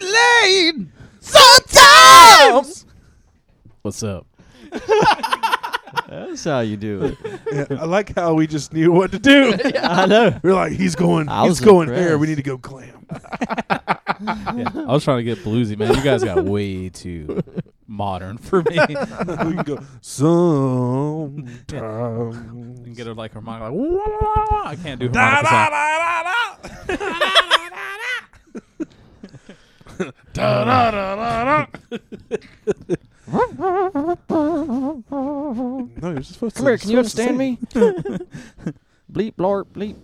rain sometimes. What's up? That's how you do it. Yeah, I like how we just knew what to do. I know. We're like, he's going, I he's was going here. impressed. We need to go clam. I was trying to get bluesy, man. You guys got way too modern for me. we can go sometimes. and get her like her mind like "Wah, wah, wah, wah." I can't do her Da, da, sound. da, da, da. Da, da, da, da, da. No, you're supposed to. Come here. Can you you're supposed to understand sing. me? bleep, blarp, bleep.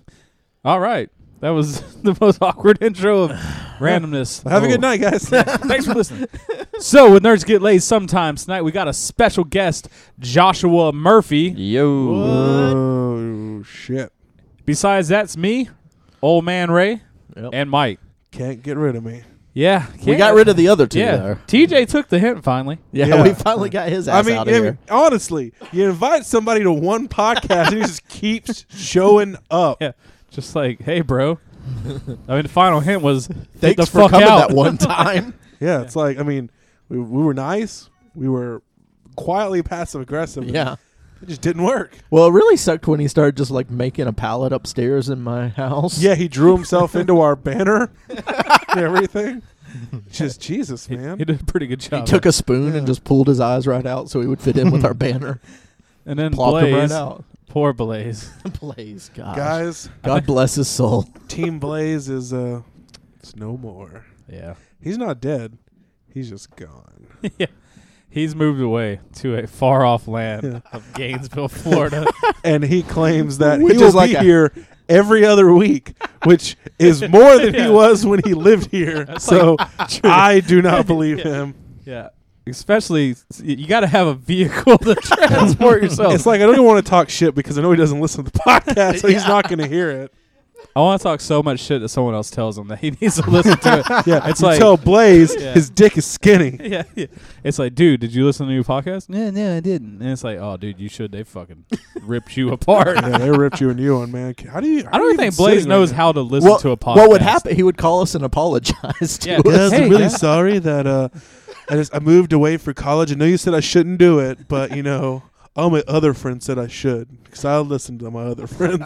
All right, that was the most awkward intro of randomness. Have a Oh. good night, guys. Thanks for listening. so, when nerds get laid, sometimes tonight we got a special guest, Joshua Murphy. Yo. oh shit! Besides that's me, old man Ray, Yep. and Mike. Can't get rid of me. Yeah, We got rid of the other two yeah. there. TJ took the hint finally. Yeah, Yeah. we finally got his I ass mean, out I of mean, here. honestly, you invite somebody to one podcast and he just keeps showing up. Yeah, just like hey, bro. I mean, the final hint was get Thanks the for fuck coming out. that one time. Yeah, it's like I mean, we, we were nice, we were quietly passive aggressive. and yeah. it just didn't work. Well, it really sucked when he started just like making a pallet upstairs in my house. Yeah, he drew himself into our banner and everything. Just Jesus, man. He did a pretty good He job. took a spoon and just pulled his eyes right out so he would fit in with our banner. and then Plopped him right Blaze, out. poor Blaze. Blaze, gosh. Guys, God bless his soul. Team Blaze is uh, it's no more. Yeah. He's not dead. He's just gone. yeah. He's moved away to a far off land of Gainesville, Florida. and he claims that Which he is will like be a- here every other week, which is more than he Yeah. was when he lived here. so I do not believe him. yeah. Especially, s- you got to have a vehicle to transport yourself. It's like I don't even want to talk shit because I know he doesn't listen to the podcast, so he's not going to hear it. I want to talk so much shit that someone else tells him that he needs to listen to it. Yeah, It's you like- tell Blaze Yeah. his dick is skinny. Yeah, yeah. It's like, dude, did you listen to your podcast? No, no, I didn't. And it's like, oh, dude, you should. They fucking ripped you apart. yeah, they ripped you a new one, man. How do you? I don't think Blaze knows how to listen What, to a podcast. what would happen? He would call us and apologize to Yeah, us. Yeah, Hey, I'm really yeah. sorry that uh, I just I moved away for college. I know you said I shouldn't do it, but you know, all my other friends said I should because I listened to my other friends.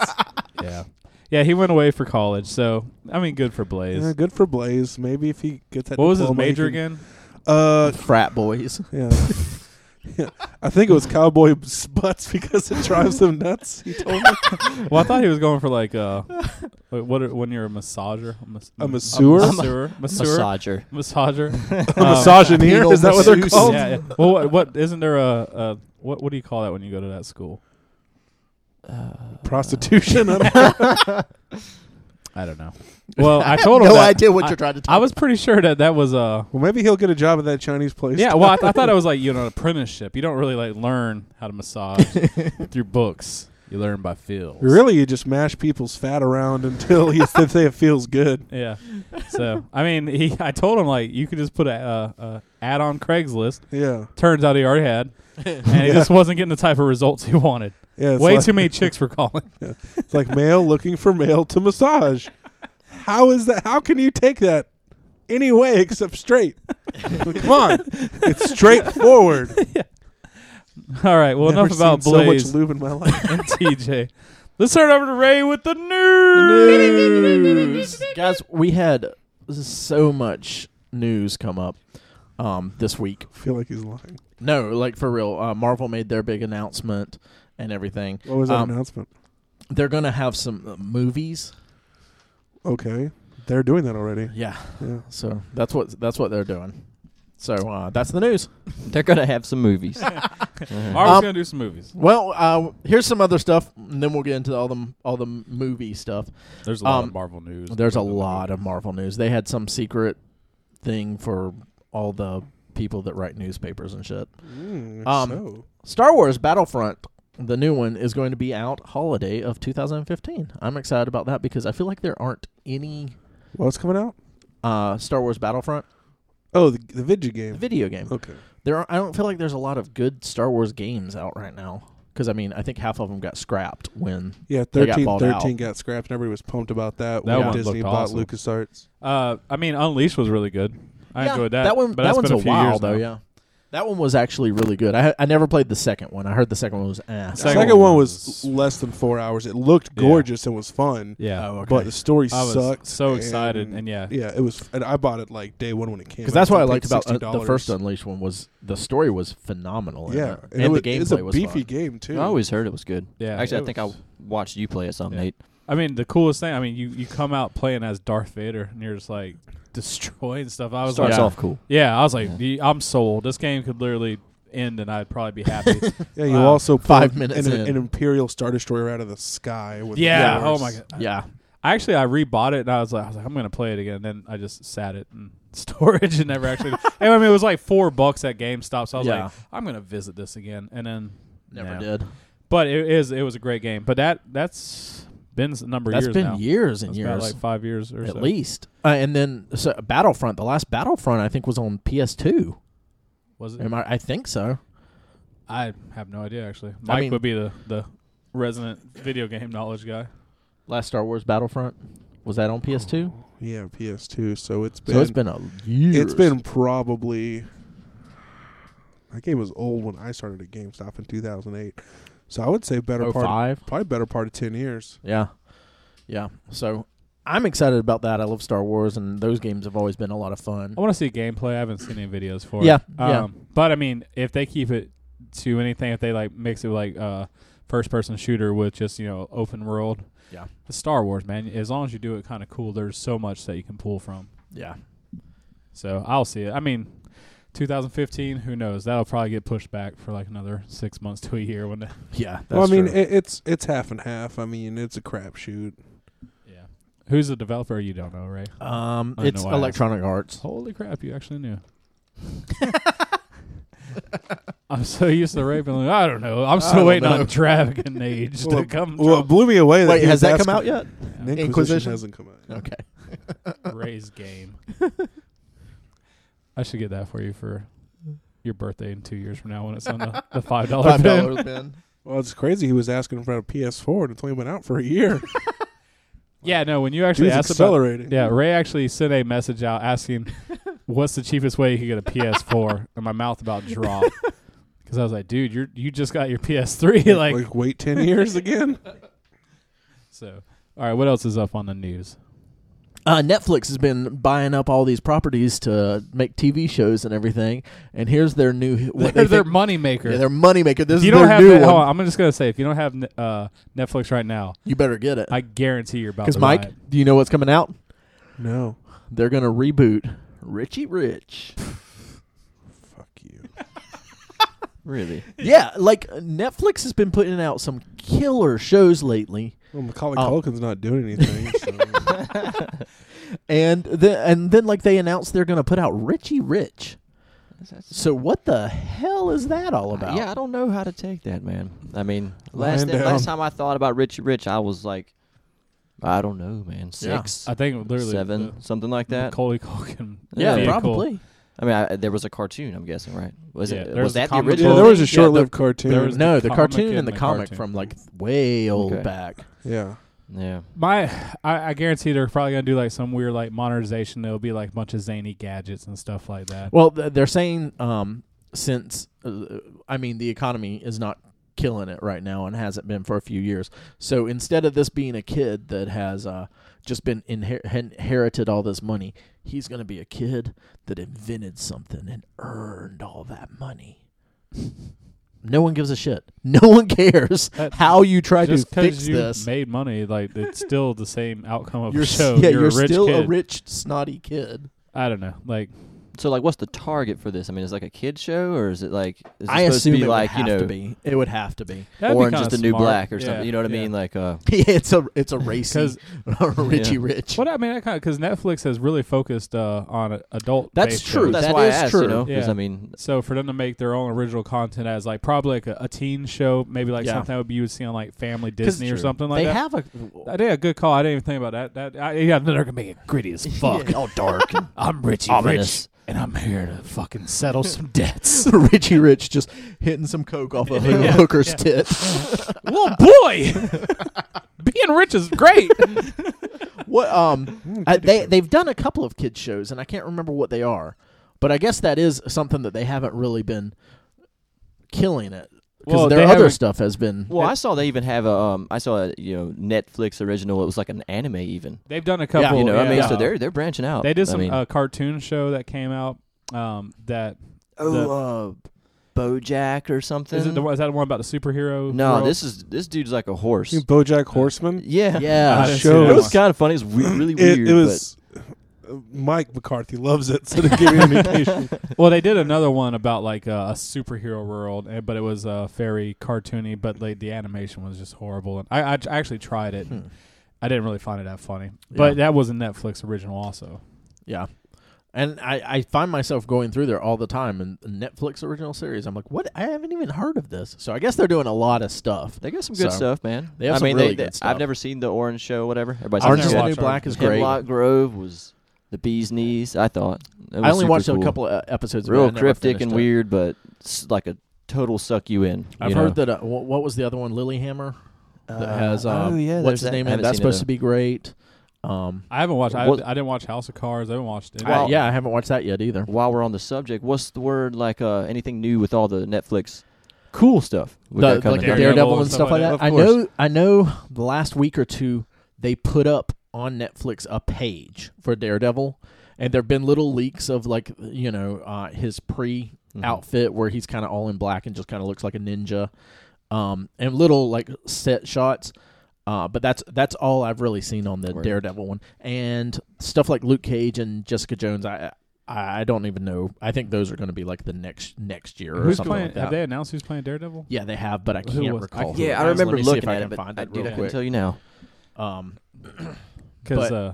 Yeah. Yeah, he went away for college. So, I mean, good for Blaze. Yeah, good for Blaze. Maybe if he gets that. what was his diploma, he major can- again? Uh, Frat boys. yeah. Yeah. I think it was cowboy s- butts because it drives him nuts. He told me Well, I thought he was going for like uh, wait, what? Are, when you're a massager, a, mas- A masseur? massager, massager, Massager. massager. Um, a misogyneer. Penal Is that what they're masseuse. called? yeah, yeah. Well, what, what isn't there a, a what? What do you call that when you go to that school? Prostitution. I don't know. I don't know. Well, I told him no that- idea what I- you're trying to talk I was pretty sure that that was uh well, maybe he'll get a job at that Chinese place. yeah. Well, I, th- I thought it was like you know an apprenticeship. You don't really like learn how to massage through books. You learn by feel. Really, you just mash people's fat around until you think it feels good. Yeah. So I mean, he. I told him like you could just put a, uh a ad on Craigslist. Yeah. Turns out he already had, and he Yeah. just wasn't getting the type of results he wanted. Yeah. It's Way like, too many chicks were calling. It's like male looking for male to massage. How is that? How can you take that any way except straight? Like, come on, it's straightforward. All right, well Never enough about seen Blaze So much lube in my life. and TJ. Let's turn it over to Ray with the news. Guys, we had so much news come up um, this week. I feel like he's lying. No, like for real. Uh, Marvel made their big announcement and everything. What was that Um, announcement? They're going to have some uh, movies. Okay, they're doing that already. Yeah. Yeah. So that's what that's what they're doing. So uh, that's the news. They're gonna have some movies. Uh-huh. Marvel's Um, gonna do some movies. Well, uh, here's some other stuff, and then we'll get into all the all the movie stuff. There's a lot lot um, of of Marvel news. There's a lot of Marvel news. They had some secret thing for all the people that write newspapers and shit. Mm, Um, so Star Wars Battlefront, the new one, is going to be out holiday of 2015. I'm excited about that because I feel like there aren't any what's coming out? uh, Star Wars Battlefront Oh, the, the video game. video game. okay. There, are, I don't feel like there's a lot of good Star Wars games out right now. Because I mean, I think half of them got scrapped when Yeah, They got 13, bought 13 got scrapped. and Everybody was pumped about that. That when one Disney looked bought awesome. LucasArts. Uh, I mean, Unleashed was really good. I Yeah, enjoyed that. one. but that that's one's been a a few while years though. now. Yeah, that one was actually really good. I I never played the second one. I heard the second one was eh. ass. Second, Second one one was was- less than four hours. It looked Yeah. gorgeous and was fun, Yeah. Oh, okay. but the story I was sucked. so excited, and yeah. yeah, it was. And I bought it like day one when it came. because out, that's what I paid liked about uh, the $60. first Unleashed one was the story was phenomenal. in Yeah, it. and, and, it was, the it's gameplay a was beefy fun. game too. I always heard it was good. Yeah. Actually, it I think I was- watched you play it some, Yeah. Nate. I mean, the coolest thing. I mean, you you come out playing as Darth Vader, and you're just like destroying stuff. I was Starts like, off cool. yeah. I was like, Yeah. the- I'm sold. This game could literally end, and I'd probably be happy. Uh, yeah, you Wow. also Five pulled minutes an, in. an Imperial Star Destroyer out of the sky. With yeah. Oh powers. my god. Yeah, I actually I rebought it, and I was like, I was like, I'm gonna play it again. And then I just sat it in storage and never actually. and I mean, it was like four bucks at GameStop, so I was Yeah. like, I'm gonna visit this again, and then never no. did. But it is it was a great game. But that that's been a number of That's years been now. years and That's about years, like five years or at so. least. Uh, and then so Battlefront, the last Battlefront, I think was on PS2. Was it? Am I, I think so. I have no idea actually. Mike mean- would be the the resident video game knowledge guy. Last Star Wars Battlefront was that on PS2? Oh, Yeah, PS2. So it's been so it's been a year. it's been probably that game was old when I started at GameStop in 2008. So I would say better Oh, part of- 05. probably better part of 10 years. Yeah. Yeah. So I'm excited about that. I love Star Wars, and those games have always been a lot of fun. I want to see gameplay. I haven't seen any videos for Yeah, it. yeah. Um, But I mean, if they keep it to anything, if they like mix it with like uh, first person shooter with just you know open world. Yeah. The Star Wars man. As long as you do it kind of cool, there's so much that you can pull from. Yeah. So I'll see it. I mean. 2015, who knows? That'll probably get pushed back for like another six months to a year when the Yeah. That's well, I mean, true. it, it's it's half and half. I mean, it's a crapshoot. Yeah. Who's the developer? You don't know, right? um, I don't it's know why I asked. Electronic Arts. Holy crap, you actually knew. I'm so used to raping. Like, I don't know. I'm I still don't waiting know. on Dragon Age Well, to come Well, it blew me away. Wait, he has was that come asking- out yet? Inquisition, Inquisition? hasn't come out. Okay. drop Ray's game. I should get that for you for your birthday in two years from now when it's on the, the five dollar Five bill. dollars, Ben. Well, it's crazy. He was asking for a PS4, and it's only been out for a year. Yeah, no. When you actually He's asked about accelerating. yeah, Ray actually sent a message out asking, "What's the cheapest way you could get a PS4?" and my mouth about dropped because I was like, "Dude, you are you just got your PS3." like, like, wait ten years again. So, all right, what else is up on the news? Uh, Netflix has been buying up all these properties to make TV shows and everything. And here's their new what They're they their think- moneymaker. yeah, their moneymaker. This if you is don't their have new that, hold one. on, I'm just gonna say if you don't have uh, Netflix right now, You better get it. I guarantee you're about Because to Mike, buy it. do you know what's coming out? No, They're gonna reboot Richie Rich. fuck you. Really? yeah, like Netflix has been putting out some killer shows lately, Well, Macaulay Oh. Culkin's not doing anything. So. and then and then like they announced they're gonna put out Richie Rich. So what the hell is that all about? Yeah, I don't know how to take that, man. I mean, Lying last that- last down. time I thought about Richie Rich, I was like, I don't know, man. Yeah. Six, I think literally seven, the- something like the that. Macaulay Culkin. yeah, Yeah, vehicle. probably. I mean, I, there was a cartoon. I'm guessing, right? Was Yeah, it? there was a Was that the comic yeah, original? there was thing? a the- short-lived cartoon. there was- no, the, the comic cartoon and and the, the comic cartoon. from like way old Okay. back. yeah, yeah. My, I, I guarantee they're probably gonna do like some weird like monetization. There'll be like a bunch of zany gadgets and stuff like that. Well, th- they're saying um, since uh, I mean the economy is not killing it right now and hasn't been for a few years. So instead of this being a kid that has uh, just been inher- hen- inherited all this money, he's going to be a kid that invented something and earned all that money. No one gives a shit. No one cares That- how you try to Just fix you this. made money, like it's still the same outcome of You're a s- show. yeah, you're, a rich still kid. a rich snotty kid. I don't know. Like So, like, what's the target for this? I mean, is it like a kid show, or is it like? Is it I supposed assume to be it like would you have know, to be. It would have to be. that'd be Orange is kinda the New smart. Black or Yeah, something. You know what I yeah. mean? Like, uh, it's a it's a racy 'Cause- Richie Yeah. Rich. What I mean, I kind of because Netflix has really focused uh, on a- adult. That's based true. shows. that's that why I is asked, true. you know, because Yeah. I mean, So for them to make their own original content as like probably like a, a teen show, maybe like Yeah. something that would be you would see on like Family Disney or True. something like They that. have a I did a good call. I didn't even think about that. That I, yeah, they're gonna make it gritty as fuck. all dark, and I'm Richie ominous. Rich, and I'm here to fucking settle some debts. Richie Rich just hitting some coke off of a Yeah. hooker's Yeah. tit. Little boy, being rich is great. what um Hmm, Mm, I, kiddie they shows. they've done a couple of kid shows and I can't remember what they are, but I guess that is something that they haven't really been killing it because Well, their they other haven't- stuff has been. Well, I saw they even have a. Um, I saw a you know Netflix original. It was like an anime even. They've done a couple. Yeah, You know, I mean, Oh, yeah. so they're they're branching out. They did some I mean, uh, cartoon show that came out. Um, that oh, uh, BoJack or something. is it. The, one- is that the one about the superhero? no, world? this is this dude's like a horse. You BoJack Horseman. Yeah, I yeah, didn't see shows. that It uh, was one. kind of funny. It was we- really It, weird. it was. Mike McCarthy loves it, so to give you an indication. Well, they did another one about like uh, a superhero world, eh, but it was uh, very cartoony. But like the animation was just horrible, and I, I, I actually tried it. Hmm. I didn't really find it that funny, but that was a Netflix original also. yeah. And I, I find myself going through there all the time and Netflix original series. I'm like, what? I haven't even heard of this. So I guess they're doing a lot of stuff. They got some good So, stuff, man. they have I some mean, really they, they- good stuff. I've never seen the Orange Show, whatever. Everybody's Orange is never the watched New Black is Orange. great. Hemlock Grove was the bee's knees. I thought. It was I only super watched cool. a couple of e-, episodes. but I Real never cryptic finished and it. weird, but s- like a total suck you in. I've you heard know? that. Uh, wh- what was the other one? Lilyhammer that Uh, has. Um, oh, yeah, what's there's his that. I name? In it? haven't seen it, That's supposed to be great. Um, I haven't watched. I, What- I didn't watch House of Cards. I haven't watched. Any Wow. I- yeah, I haven't watched that yet either. While we're on the subject, what's the word like? Uh, anything new with all the Netflix cool stuff? we The, got coming like the out? Daredevil Daredevil and and stuff stuff like like that. that. I Of course. know. I know. The last week or two, they put up on Netflix a page for Daredevil, and there've been little leaks of like you know uh, his pre Mhm. outfit where he's kind of all in black and just kind of looks like a ninja, um, and little like set shots. Uh, but that's that's all I've really seen on the Word. Daredevil one, and stuff like Luke Cage and Jessica Jones. I I I don't even know. I think those are going to be like the next next year or Who's something playing? like that. have they announced who's playing Daredevil? yeah, they have, but I Who can't was- recall. I- who it Yeah, I was. remember Let me see looking if I at can it, but find I, it dude, real I can quick. tell you now. Um, Because But- uh,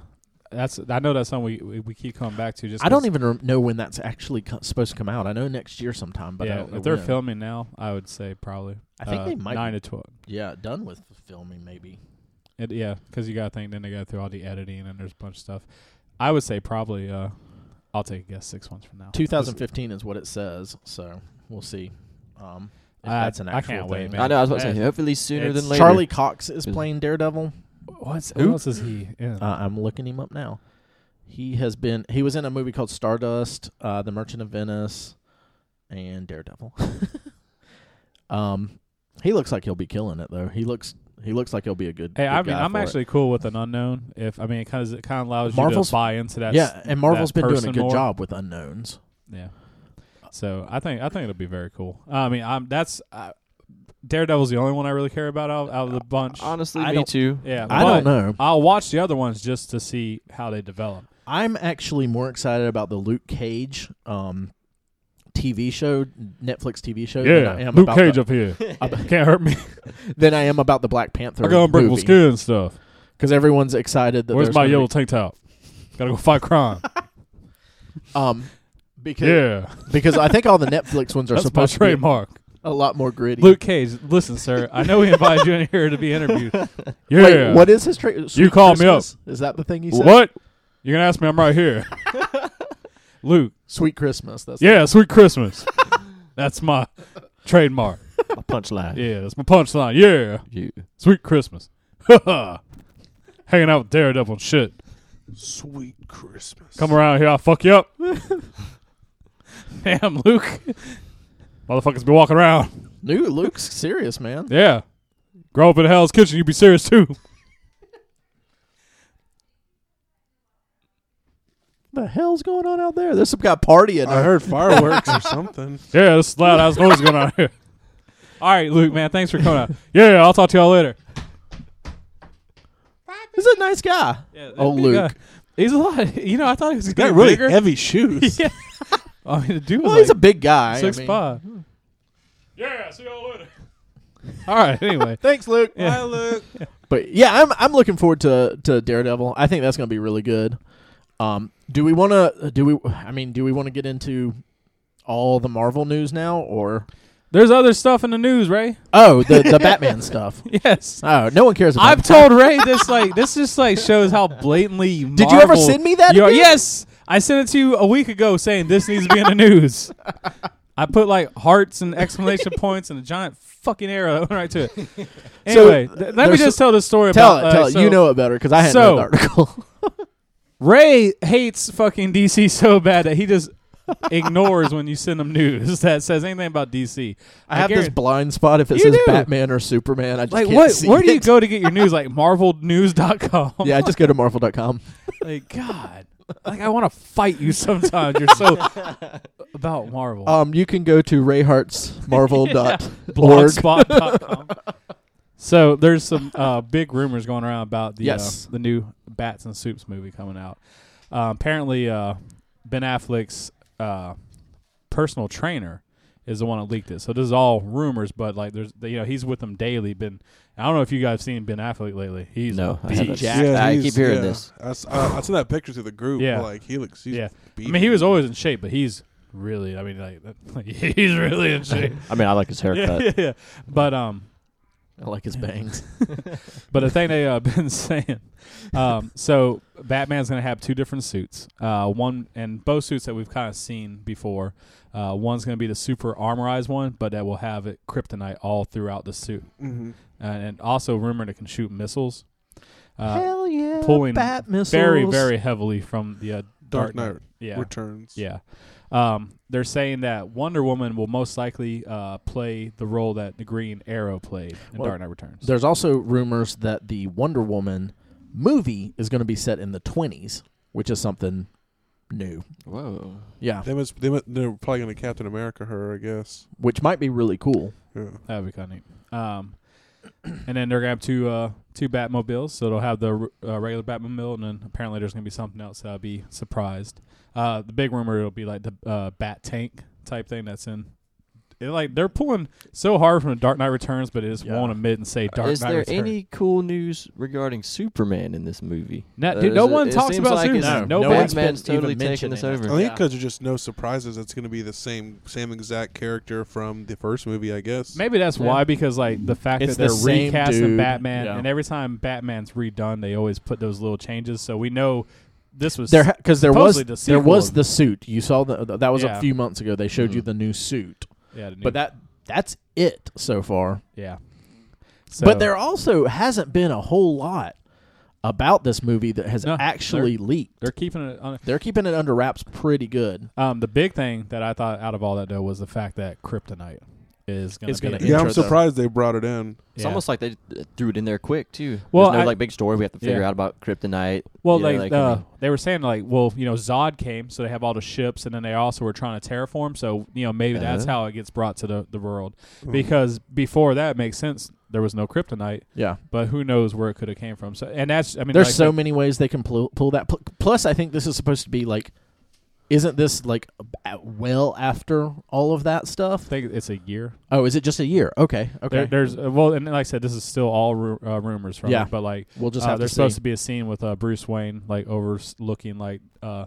that's I know that's something we, we, we keep coming back to. Just I don't 'cause- even rem- know when that's actually co- supposed to come out. I know next year sometime, but I yeah, don't know if they're when. filming now, I would say probably. I think uh, they might nine to twelve. yeah, done with filming maybe. It, yeah, because you got to think. Then they got through all the editing and there's a bunch of stuff. I would say probably. Uh, I'll take a guess. Six months from now. 2015 is what it says, so we'll see. Um, if I- that's an I actual can't wait, thing. man. I know. I was about to say, Man. hopefully sooner It's than later. Charlie Cox is Is- playing Daredevil. What's Who? who else is he? In? Uh, I'm looking him up now. He has been. He was in a movie called Stardust, uh, The Merchant of Venice, and Daredevil. um, he looks like he'll be killing it though. He looks. He looks like he'll be a good. Hey, good I mean, guy I'm for it. actually cool with an unknown. If I mean, it kind of it kind of allows you Marvel's- to buy into that. yeah, and Marvel's that been doing a person good more. job with unknowns. Yeah. So I think I think it'll be very cool. I mean, I'm that's uh, Daredevil's the only one I really care about out, out of the bunch. Honestly, I me don't- too. yeah, I but don't know. I'll watch the other ones just to see how they develop. I'm actually more excited about the Luke Cage um, TV show, Netflix TV show. than I am about the, up here can't hurt me. than I am about the Black Panther. movie. and stuff. because everyone's excited that there's gonna be- tank top? Gotta go fight crime. um because because I think all the Netflix ones are supposed to be a lot more gritty. Luke Cage, listen, sir. I know we invited you in here to be interviewed. Yeah. Wait, what is his trade? call me up. Is that the thing he said? What? You're gonna ask me? I'm right here. Luke. Sweet Christmas. That's Yeah, sweet Christmas. that's my trademark. My punchline. Yeah, that's my punchline. Yeah, You. sweet Christmas. Hanging out with Daredevil and shit. Sweet Christmas. Come around here, I'll fuck you up. Damn, Luke. Motherfuckers be walking around. new Luke's serious man. Yeah. Grow up in Hell's Kitchen, you be serious too. the hell's going on out there? There's some guy partying. I heard fireworks or something. Yeah, this is loud ass noise going on here. All right, Luke, man, thanks for coming out. Yeah, I'll talk to y'all later. He's a nice guy. oh, Big guy. Luke. He's a lot. You know, I thought he was Got getting really bigger. heavy shoes. yeah. I mean, the dude was Well, like he's a big guy. six I mean. five. Yeah, see y'all later. All right. Anyway, Thanks, Luke. Yeah. Luke. But yeah, I'm I'm looking forward to to Daredevil. I think that's going to be really good. Um, do we want to do we? I mean, do we want to get into all the Marvel news now, Oh. or there's other stuff in the news, Ray. oh the the Batman stuff? Yes, Oh, no one cares about. I've told Ray this. Like this, just like shows how blatantly. Did you ever send me that? You are, again? yes, I sent it to you a week ago, saying this needs to be in the news. I put like hearts and exclamation points and a giant fucking arrow that went right to it. Anyway, th- let me there's just tell the story Tell it, about tell uh, it. so you know it better because I hadn't so- read the article. Ray hates fucking DC so bad that he just ignores when you send him news that says anything about DC. I have this guarantee- blind spot if it You says do. Batman or Superman. I just like can't what see where do you it. go to get your news like marvelnews.com? Yeah, I just go to marvel.com. Like god. Like I want to fight you sometimes. You're so about Marvel. Um, you can go to rayhartsmarvel.org. blogspot.com. so there's some uh, big rumors going around about the Yes. uh, the new Bats and Soups movie coming out. Uh, apparently, uh, Ben Affleck's uh, personal trainer is the one that leaked it. So this is all rumors, but like there's you know he's with them daily. Been I don't know if you guys seen Ben Affleck lately. He's No, I beat. haven't. Jack. Yeah, I he's- keep hearing yeah. this. I, s- uh, I- I sent that picture to the group. Yeah. like he looks. He's Yeah. I beefy. mean he was always in shape, but he's really I mean like that, he's really in shape. I mean, I like his haircut. yeah, yeah. But um, I like his bangs. But the thing they uh, been saying, um, so Batman's going to have two different suits. Uh, one and both suits that we've kind of seen before. Uh, one's going to be the super armorized one, but that will have it kryptonite all throughout the suit, Mhm. and, and also rumored it can shoot missiles, uh, Hell yeah. pulling bat missiles. very very heavily from the uh, Dark Knight Yeah, Returns. yeah. Um, they're saying that Wonder Woman will most likely uh, play the role that the Green Arrow played in Well, Dark Knight Returns. There's also rumors that the Wonder Woman movie is going to be set in the 20s, which is something new. Whoa. Yeah, They must. They must, they're probably going to Captain America her, I guess. which might be really cool. Yeah. That would be kind of neat. Um, and then they're gonna have two uh, two Batmobiles, so they'll have the uh, regular Batmobile, and then apparently there's gonna be something else that I'll be surprised. Uh, the big rumor it'll be like the uh, Bat Tank type thing that's in. It, like they're pulling so hard from the Dark Knight Returns, but it just Yeah. won't admit and say Dark Uh, is Knight there Returns. any cool news regarding Superman in this movie? No, Uh, dude, no is it- one it talks seems about like it's- Superman. No, No, no one's one's Batman's been even totally taking mentioning this it. I over. think Yeah. because there's just no surprises, it's going to be the same same exact character from the first movie, I guess. Maybe that's Yeah. why, because like the fact It's that they're the same recasting dude. Batman, Yeah. and every time Batman's redone, they always put those little changes. So we know this was There, because there was supposedly the there was sequel. the suit you saw. The, that was Yeah. a few months ago. They showed you Mhm. the new suit, yeah, the new- but that that's it so far. yeah. So, But there also hasn't been a whole lot about this movie that has No, actually leaked. They're keeping it on. They're keeping it under wraps pretty good. Um, the big thing that I thought out of all that though was the fact that kryptonite is going It's to gonna be yeah, I'm intro, though. surprised they brought it in. It's Yeah. almost like they uh, threw it in there quick too. Well, There's no I- like big story we have to figure Yeah. out about kryptonite. well, you know, like, like, I uh, mean- they were saying like, well, you know, Zod came, so they have all the ships, and then they also were trying to terraform. So you know, maybe that's Uh-huh. how it gets brought to the the world because before that it makes sense. There was no kryptonite, Yeah, but who knows where it could have came from? So and that's I mean, there's like, so many ways they can pull, pull that. Pl- Plus, I think this is supposed to be like, isn't this like a- well after all of that I stuff? think it's a year. Oh, is it just a year? Okay, okay. There, there's uh, well, and like I said, this is still all ru- uh, rumors from Yeah. it, but like we'll just Uh, have to there's supposed see. to be a scene with uh, Bruce Wayne like overlooking like uh,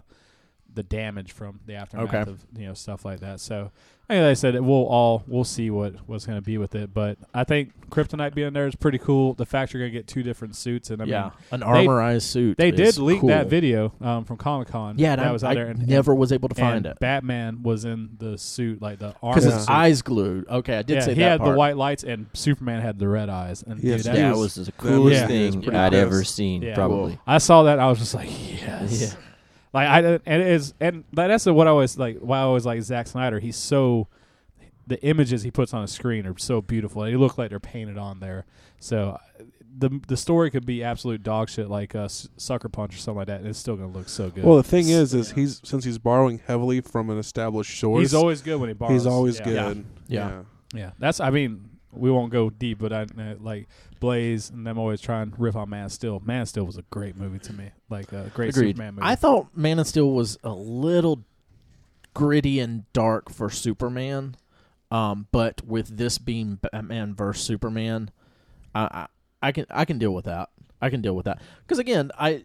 the damage from the aftermath Okay. of you know stuff like that. So anyway, like I said we'll all we'll see what what's going to be with it, but I think Kryptonite being there is pretty cool. The fact you're going to get two different suits and I yeah, mean an armorized suit. they did is leak that cool. video um, from Comic Con. Yeah, and that I, was out I there and never was able to and find it Batman was in the suit like the armor. because Yeah. his suit. eyes glued. Okay, I did yeah, say he that had part. the white lights and Superman had the red eyes and Yes, dude, he that that was- was the that coolest was- yeah, it was thing pretty I'd cool. ever seen, Yeah. probably. Whoa. I saw that. I was just like, yes. Yeah. Like I and it is and like, that's what I always like. Why I always like Zack Snyder. He's so the images he puts on a screen are so beautiful. They look like they're painted on there. So uh, the the story could be absolute dog shit, like uh, S- Sucker Punch or something like that, and it's still gonna look so good. Well, the thing is, is he's since he's borrowing heavily from an established source, he's always good when he borrows. he's always yeah. good. Yeah. Yeah. Yeah. that's. I mean, we won't go deep, but I uh, like Blaze, and I'm always trying to riff on Man of Steel. Man of Steel was a great movie to me, like a great Agreed. Superman movie. I thought Man of Steel was a little gritty and dark for Superman, um, but with this being Batman versus Superman, I, I I can I can deal with that. I can deal with that because again, I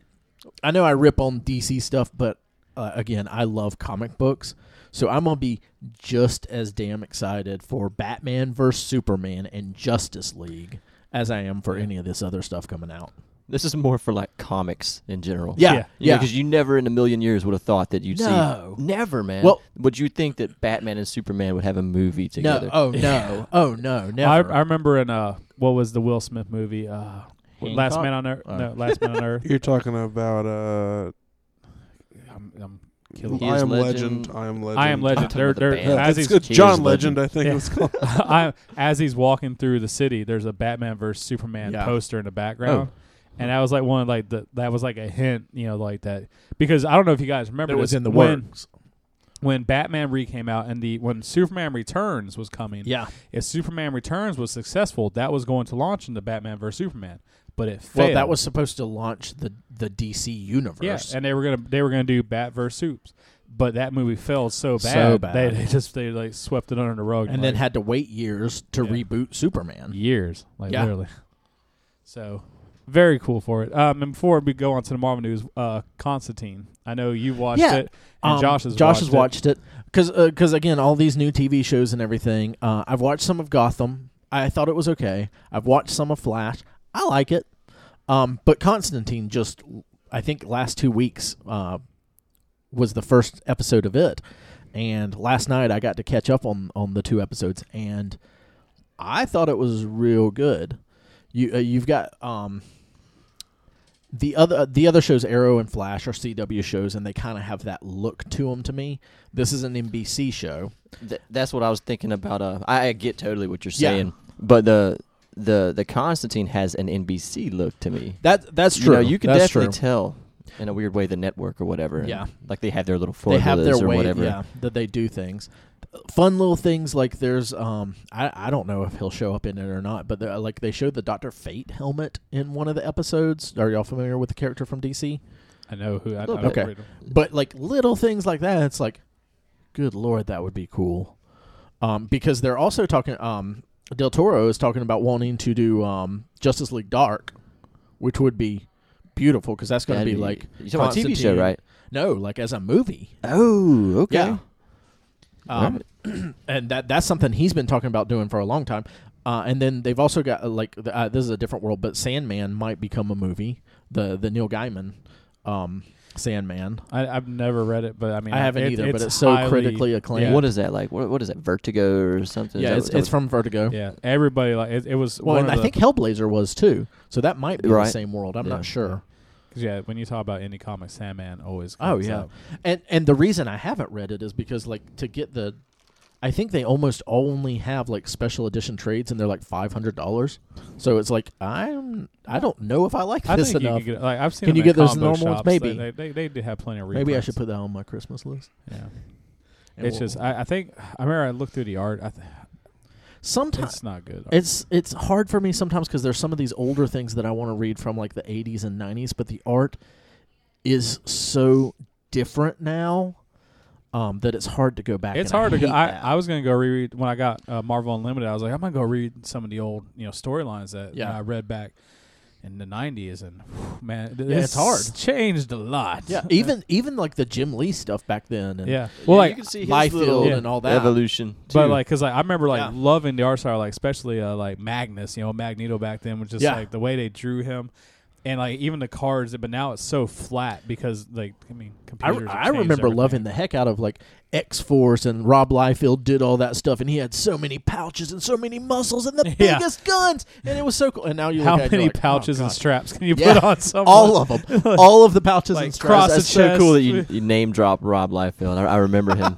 I know I rip on DC stuff, but uh, again, I love comic books, so I'm gonna be just as damn excited for Batman versus Superman and Justice League as I am for any of this other stuff coming out. This is more for like comics in general. Yeah, Yeah. yeah. because you never in a million years would have thought that you'd No. see. Never, man. Well- would you think that Batman and Superman would have a movie together? no, oh no, oh no, I, never. I remember in uh, what was the Will Smith movie? Uh, Last Hancock? Man on Earth. Oh. No, Last Man on Earth. You're talking about uh, I'm, I'm killing. He I is am legend. legend. I am legend. I am Legend. talking They're, about the they're, band. Yeah, as it's he's good. He is John Legend, Legend. I think Yeah. it was called. I, as he's walking through the city, there's a Batman versus Superman Yeah. Oh. poster in the background. And that was like one of, like the that was like a hint, you know, like that because I don't know if you guys remember it was this, in the when works. when Batman re came out and the when Superman Returns was coming. Yeah, If Superman Returns was successful, that was going to launch into Batman versus Superman, but it failed. well, that was supposed to launch the the DC universe. yeah, and they were gonna they were gonna do Bat versus Supes, but that movie failed so bad, So bad. They, they just they like swept it under the rug and like, then had to wait years to Yeah. reboot Superman. years, like Yeah. literally. So, very cool for it. Um, and before we go on to the Marvel news, uh, Constantine, I know you watched Yeah. it, and Um, Josh has Josh watched has watched it because again, all these new TV shows and everything. Uh, I've watched some of Gotham. I thought it was okay. I've watched some of Flash. I like it. Um, but Constantine just, I think, last two weeks uh, was the first episode of it, and last night I got to catch up on on the two episodes, and I thought it was real good. You uh, you've got um, the other uh, the other shows Arrow and Flash are CW shows and they kind of have that look to them to me. This is an NBC show. Th- that's what I was thinking about. Uh, I, I get totally what you're Yeah. saying, but the the the Constantine has an NBC look to me. That that's You true. know, you can that's definitely true. tell in a weird way the network or whatever. and, Yeah. like they have their little they formulas have their or way whatever. yeah that they do things. Fun little things like there's um I, I don't know if he'll show up in it or not, but they're- like they showed the Doctor Fate helmet in one of the episodes. Are y'all familiar with the character from DC? it. I know who. I, I Little don't bit. read 'em. But like little things like that, it's like, good lord, that would be cool. Um, because they're also talking. Um, Del Toro is talking about wanting to do um, Justice League Dark, which would be beautiful because that's going to That'd be, be- like you're talking about a TV show, Constantine- right? No, like as a movie. Oh, okay. Yeah. Um, and that that's something he's been talking about doing for a long time. Uh, and then they've also got uh, like the- uh, this is a different world, but Sandman might become a movie. The the Neil Gaiman, um, Sandman. I, I've never read it, but I mean, I haven't it- either, but it's highly- so critically acclaimed. Yeah. What is that like? What, what is that? Vertigo or something? Yeah, Is it's, that- it's from Vertigo. Yeah, everybody like it, it was. Well, one and of I the- think Hellblazer was too. So that might be in Right. the same world. I'm Yeah. not sure. 'cause, yeah, when you talk about indie comics, Sandman always. Oh comes yeah. up. And and the reason I haven't read it is because like to get the I think they almost only have like special edition trades and they're like $500. So it's like I'm I don't know if I like I this think enough. you can get like I've seen. Can them you at get those combo normal ones? shops. Maybe. they, they, they, they have plenty of. Reprints. Maybe I should put that on my Christmas list. Yeah, And it's we'll- just I, I think I remember I looked through the art. I th- sometimes it's not good. it's it's hard for me sometimes because there's some of these older things that I want to read from like the 80s and 90s, but the art is so different now um, that it's hard to go back. It's and I hard to. Go, hate I, that. I was gonna go reread when I got uh, Marvel Unlimited. I was like, I'm gonna go read some of the old you know storylines that Yeah. I read back in the '90s, and whew, man, th- Yeah, this it's hard. Changed a lot. yeah, even even like the Jim Lee stuff back then. And yeah. Yeah, Well, you like, can see his Liefeld little and all that. evolution. but too. like, cause like, I remember like Yeah. loving the art style, like especially uh, like Magnus, you know, Magneto back then was just Yeah. like the way they drew him. And like even the cards, but now it's so flat because like I mean, I, computers. have I changed remember everything. loving the heck out of like X Force and Rob Liefeld did all that stuff, and he had so many pouches and so many muscles and the Yeah. biggest guns, and it was so cool. And now you How look at it, you're many like, oh, pouches and God. straps can you Yeah. put on someone? All of them, all of the pouches Like and straps. cross that's the so cool chest that you, with- you name drop Rob Liefeld. I, I remember him.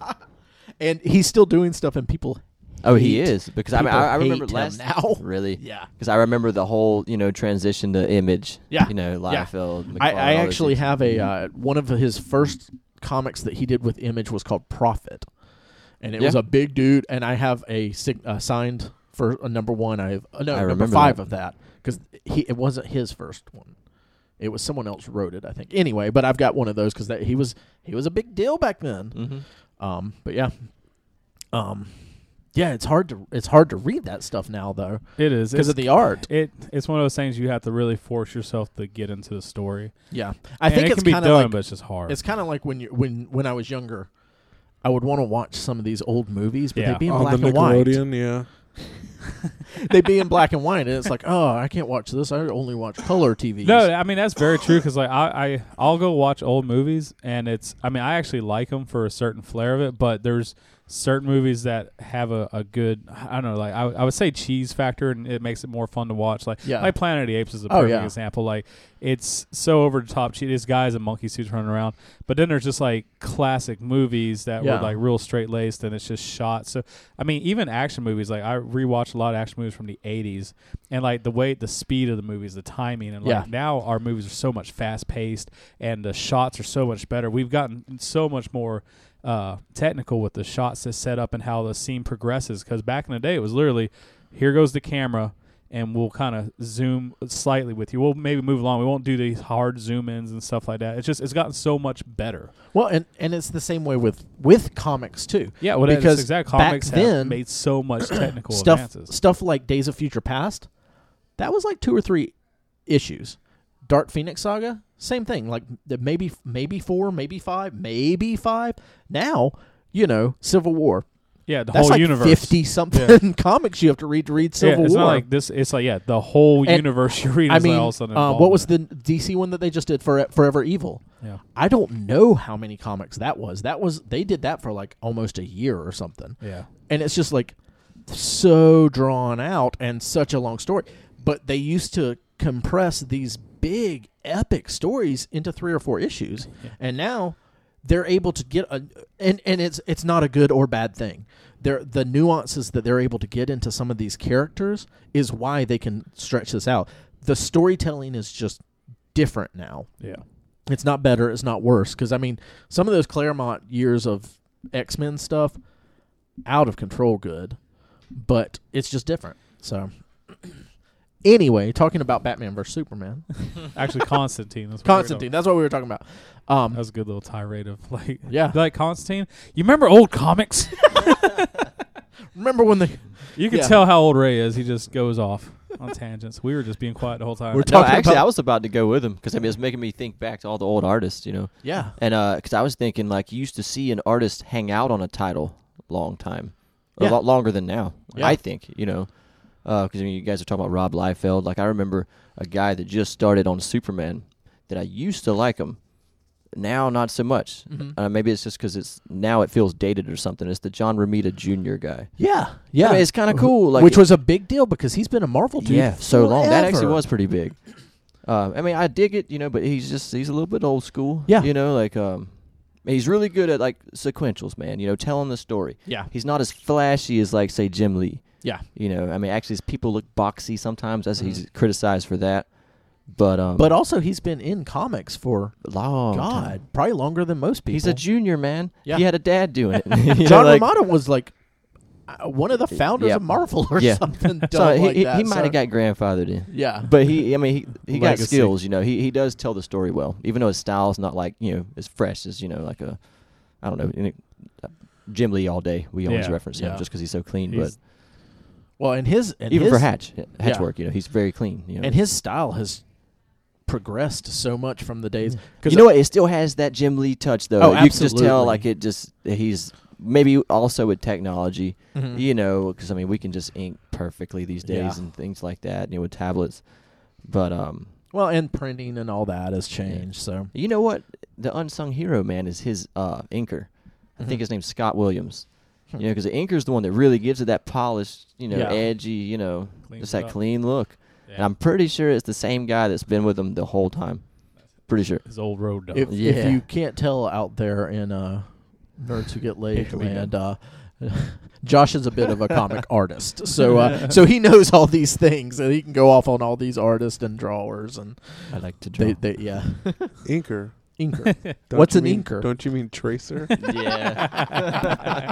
and he's still doing stuff, and people. oh, he hate- is because I mean people I, I remember hate him last now. really Yeah, because I remember the whole you know transition to image. Yeah. you know Yeah. Liefeld. I, McFarlane, I all those actually dudes. have a uh, Mm-hmm. one of his first comics that he did with Image was called Prophet, and it Yeah. was a big dude. And I have a sig- uh, signed for a number one. I have uh, no I number remember five that. of that because he it wasn't his first one. It was someone else wrote it, I think. Anyway, but I've got one of those because he was he was a big deal back then. Mhm. Um, but yeah, um, yeah, it's hard to it's hard to read that stuff now though It is It's- because of the art. It it's one of those things you have to really force yourself to get into the story. Yeah, I And think it it's can be kind done, of like but it's just hard. It's kind of like when you when when I was younger, I would want to watch some of these old movies, but Yeah. they'd be in on black the and white. Nickelodeon, yeah. they be in black and white, and it's like, oh, I can't watch this. I only watch color TV. No, I mean that's very true because like I, I I'll go watch old movies and it's I mean I actually like them for a certain flair of it, but there's certain movies that have a, a good I don't know like I, I would say cheese factor and it makes it more fun to watch like Yeah. like Planet of the Apes is a Oh, perfect yeah. example like it's so over the top cheese. This guy's in monkey suits running around, but then there's just like classic movies that Yeah. were like real straight laced and it's just shot. So I mean even action movies like I rewatch a lot of action movies from the 80s and like the way the speed of the movies, the timing and like Yeah. now our movies are so much fast paced and the shots are so much better. We've gotten so much more uh, technical with the shots that set up and how the scene progresses. Because back in the day, it was literally here goes the camera. And we'll kind of zoom slightly with you. We'll maybe move along. We won't do these hard zoom ins and stuff like that. It's just it's gotten so much better. well, and and it's the same way with with comics too. Yeah, well, that's Because exact back comics have then, made so much technical stuff advances. stuff like Days of Future Past, that was like two or three issues. Dark Phoenix Saga, same thing. Like th- maybe maybe four, maybe five, maybe five. Now, you know, Civil War. Yeah, the That's whole like universe. fifty something comics you have to read to read Civil yeah, it's War. not like this. It's like yeah, the whole And, universe you're reading. I is like mean, all of a sudden uh, involved what in was it. the DC one that they just did for Forever Evil? Yeah. I don't know how many comics that was. That was they did that for like almost a year or something. Yeah. and it's just like so drawn out and such a long story. But they used to compress these big epic stories into three or four issues, and now they're able to get a and and it's it's not a good or bad thing. They're, the nuances that they're able to get into some of these characters is why they can stretch this out. The storytelling is just different now Yeah. it's not better it's not worse because i mean some of those claremont years of x-men stuff out of control good but it's just different so anyway talking about batman versus superman Actually, Constantine. That's what we were constantine that's what we were talking about talking- That um was a good little tirade of like, Yeah. like Constantine. You remember old comics? remember when the You can Yeah. tell how old Ray is. He just goes off on tangents. We were just being quiet the whole time. We're No, Talking actually, about- I was about to go with him because I mean, it's making me think back to all the old artists, you know. yeah And because I was thinking, like, you used to see an artist hang out on a title a long time, a Yeah. lot longer than now. Yeah. I think, you know, because I mean, you guys are talking about Rob Liefeld. Like, I remember a guy that just started on Superman that I used to like him. Now, not so much. Mhm. Uh, maybe it's just because it's now it feels dated or something. It's the John Romita Jr. guy. yeah I yeah mean, it's kind of cool. Like, which was a big deal because he's been a marvel dude yeah, so long. That actually forever. was pretty big. Um, I mean, I dig it, you know, but he's just he's a little bit old school. Yeah. you know, like um, he's really good at like sequentials, man. You know, telling the story. yeah He's not as flashy as like say Jim Lee. yeah Mm-hmm. You know, I mean, actually, his people look boxy sometimes. That's he's criticized for that. But um, but also he's been in comics for long god time. probably longer than most people he's a junior man. Yeah. he had a dad doing it. You know, John like- Romano was like uh, one of the founders Yeah. of Marvel or Yeah. something dumb so he, like he, that. he might so- have got grandfathered in. yeah, but he, I mean, he, he got Legacy. skills. You know, he he does tell the story well, even though his style's not like you know as fresh as you know like a, I don't know, any, uh, Jim Lee all day. We always Yeah, reference yeah. him just because he's so clean. He's- well, and his but and even his, for Hatch, Hatch yeah. work, you know, he's very clean. You know, and his style has progressed so much from the days. Mm. you know what? It still has that Jim Lee touch though. Oh, you can just absolutely. tell like it just he's maybe also with technology. Mhm. You know, because I mean, we can just ink perfectly these days Yeah. and things like that. You know, with tablets, but um. Well, and printing and all that has changed. So You know what? The unsung hero man is his uh, inker. I Mhm. think his name's Scott Williams. You know, because the inker's the one that really gives it that polished, you know, Hmm. Yeah. edgy, you know, Cleans just it that up. clean look. And Yeah. I'm pretty sure it's the same guy that's been with him the whole time. Pretty sure. His old road dog. if, Yeah. if you can't tell out there in uh, nerds who get laid Here we go. land, uh, Josh is a bit of a comic artist, so uh, so he knows all these things, and he can go off on all these artists and drawers and I like to they, they yeah, Inker. inker. Don't What's you an mean- inker? Don't you mean tracer? yeah.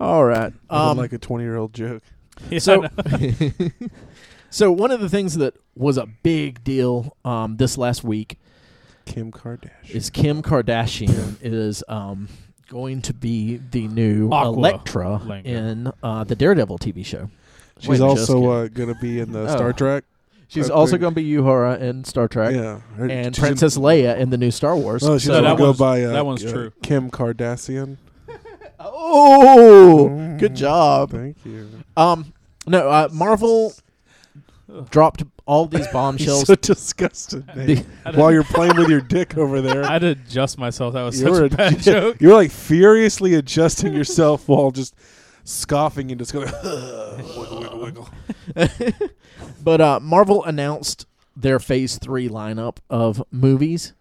All right. um, Um, like a twenty-year-old joke. Yeah, so, so one of the things that was a big deal um, this last week Kim Kardashian. is Kim Kardashian is um, going to be the new Aqua Electra Lingo. in uh, the Daredevil TV show. She's Wait, just also kidding. uh, gonna be in the Oh. Star Trek. She's I also think- going to be Uhura in Star Trek Yeah, Her- and she's Princess In, Leia in the new Star Wars. no, she's No, gonna that go one's- by uh, that one's uh, true. Kim Kardashian. Mm. oh, good job. Thank you. Um, No, uh, Marvel dropped all these bombshells. so disgusted, Nate, while you're playing with your dick over there. I had to adjust myself. That was You were such a bad adju- joke. You were like furiously adjusting yourself while just scoffing and just going, wiggle, wiggle, wiggle. but uh, Marvel announced their Phase Three lineup of movies,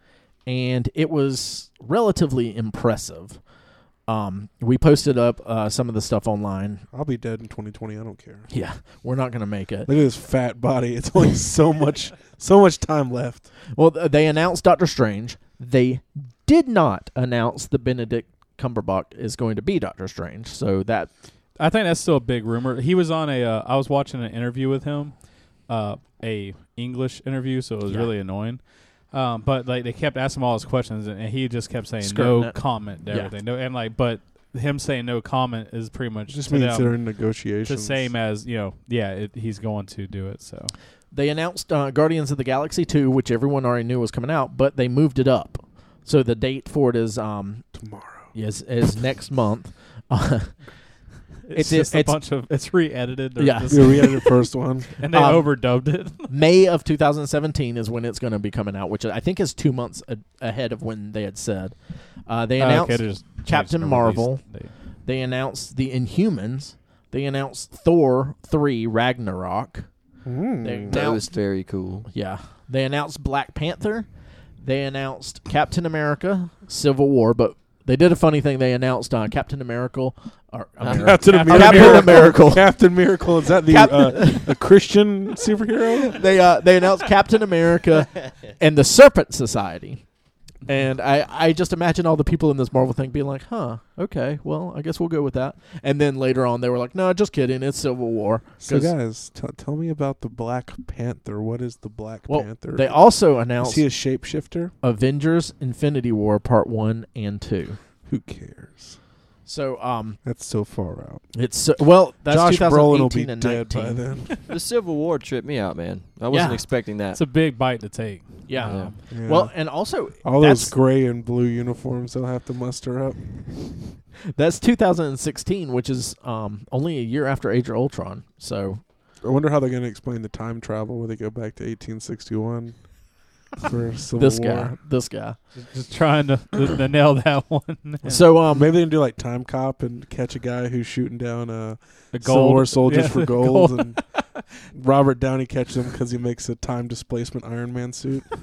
and it was relatively impressive. Um, we posted up uh, some of the stuff online. I'll be dead in 2020. I don't care. Yeah, we're not gonna make it. Look at this fat body. It's only so much, so much time left. Well, th- they announced Doctor Strange. They did not announce the Benedict Cumberbatch is going to be Doctor Strange. So that I think that's still a big rumor. He was on a. Uh, I was watching an interview with him, uh, a English interview, so it was Yeah. really annoying. Um, but like they kept asking him all his questions, and, and he just kept saying Skirting no it. comment to Yeah. everything. No, and like, but him saying no comment is pretty much It just to means them they're in negotiations. the same as you know. Yeah, it, he's going to do it. So they announced uh, Guardians of the Galaxy 2, which everyone already knew was coming out, but they moved it up. So the date for it is um tomorrow. is, is next month. it's, It's- just a it's- bunch of it's re-edited. They're Yeah. just- Yeah, we had the first one. and they Um, overdubbed it. May of 2017 is when it's going to be coming out, which I think is two months a- ahead of when they had said. Uh, they announced Okay, they just changed Captain the release Marvel. date. They announced the Inhumans. They announced Thor 3 Ragnarok. They That announced- was very cool. yeah. They announced Black Panther. They announced Captain America Civil War, but they did a funny thing. They announced uh, Captain America or America. Captain Captain America. Captain Miracle. Captain Miracle. Is that the Cap- uh, a Christian superhero? they uh, they announced Captain America and the Serpent Society. And I, I just imagine all the people in this Marvel thing being like, huh, okay, well, I guess we'll go with that. And then later on, they were like, no, just kidding, it's Civil War. So 'Cause guys, t- tell me about the Black Panther. What is the Black Well, Panther? they also is announced he a shapeshifter? Avengers Infinity War Part 1 and 2. Who cares? So, um, That's so far out. it's, so- well, that's Josh Brolin will be 2018 and dead 19. by then. the Civil War tripped me out, man. I wasn't Yeah. expecting that. It's a big bite to take. Um, Yeah. Yeah. Yeah. Well, and also, all that's, those gray and blue uniforms they'll have to muster up. that's 2016, which is um, only a year after Age of Ultron. So, I wonder how they're going to explain the time travel where they go back to 1861 for Civil this War. guy, this guy. Just, just trying to, to, to nail that one. So, um, Maybe they can do like time cop and catch a guy who's shooting down uh, the Civil War soldiers yeah, for the gold, and Robert Downey catches him because he makes a time displacement Iron Man suit.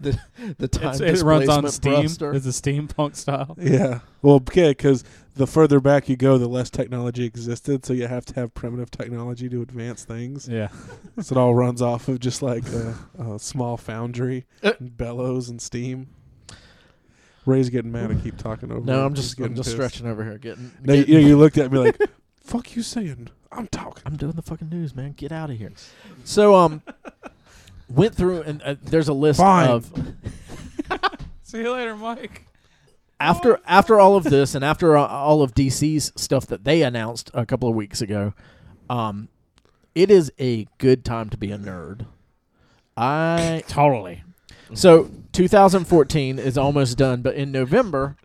the time It's- it runs on displacement Steam. thruster. It's a steampunk style. Yeah, well, okay, because the further back you go, the less technology existed, so you have to have primitive technology to advance things. Yeah, so it all runs off of just like a, a small foundry, Uh. and bellows, and steam. Ray's getting mad. I keep talking over. No, him. I'm He's just I'm getting just pissed. stretching over here, getting. No, you, getting- you looked at me like, "Fuck you saying? I'm talking." I'm doing the fucking news, man. Get out of here. So um, went through and uh, there's a list Fine. of See you later, Mike. after after all of this and after uh, all of DC's stuff that they announced a couple of weeks ago. Um, it is a good time to be a nerd. I Totally. So 2014 is almost done, but in November,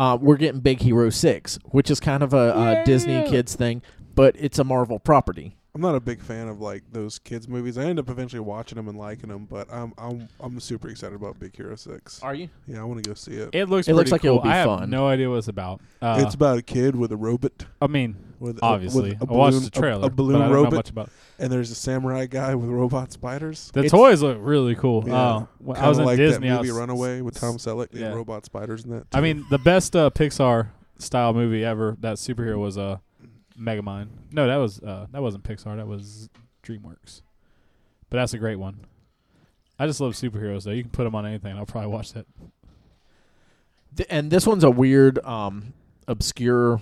uh, we're getting Big Hero 6, which is kind of a, uh Yeah. Disney kids thing, but it's a Marvel property. I'm not a big fan of like those kids movies. I end up eventually watching them and liking them, but I'm I'm I'm super excited about Big Hero Six. Are you? Yeah, I want to go see it. It looks. It looks pretty like it'll cool. be I have fun. no idea what it's about. Uh, it's about a kid with a robot. I mean, With obviously, with a I watched balloon- the trailer. A, a balloon but I don't robot, know much about. and there's a samurai guy with robot spiders. The It's- toys look really cool. Yeah. Uh, when I Kinda was in like Disney. that I movie was- Runaway with Tom Selleck. They had yeah. robot spiders in that. I mean, the best uh, Pixar style movie ever. That superhero was uh, Megamind. No, that was uh, that wasn't Pixar. That was DreamWorks. But that's a great one. I just love superheroes though. You can put them on anything. and I'll probably watch that. Th- and this one's a weird, um, obscure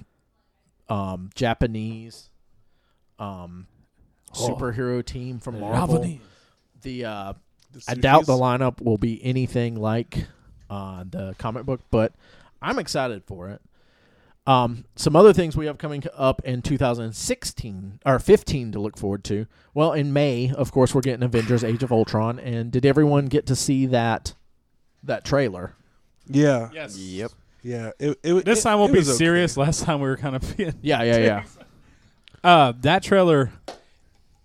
um, Japanese um, Oh. superhero team from Marvel. The uh, The I doubt the sushis. lineup will be anything like uh, the comic book, but I'm excited for it. Um, some other things we have coming up in 2016 or 15 to look forward to. Well, in May, of course, we're getting Avengers: Age of Ultron, and did everyone get to see that that trailer? Yeah, Yes. Yep. yeah. It, it, This it- time we'll it be was okay. serious. Last time we were kind of being. Yeah, yeah, yeah. Uh, that trailer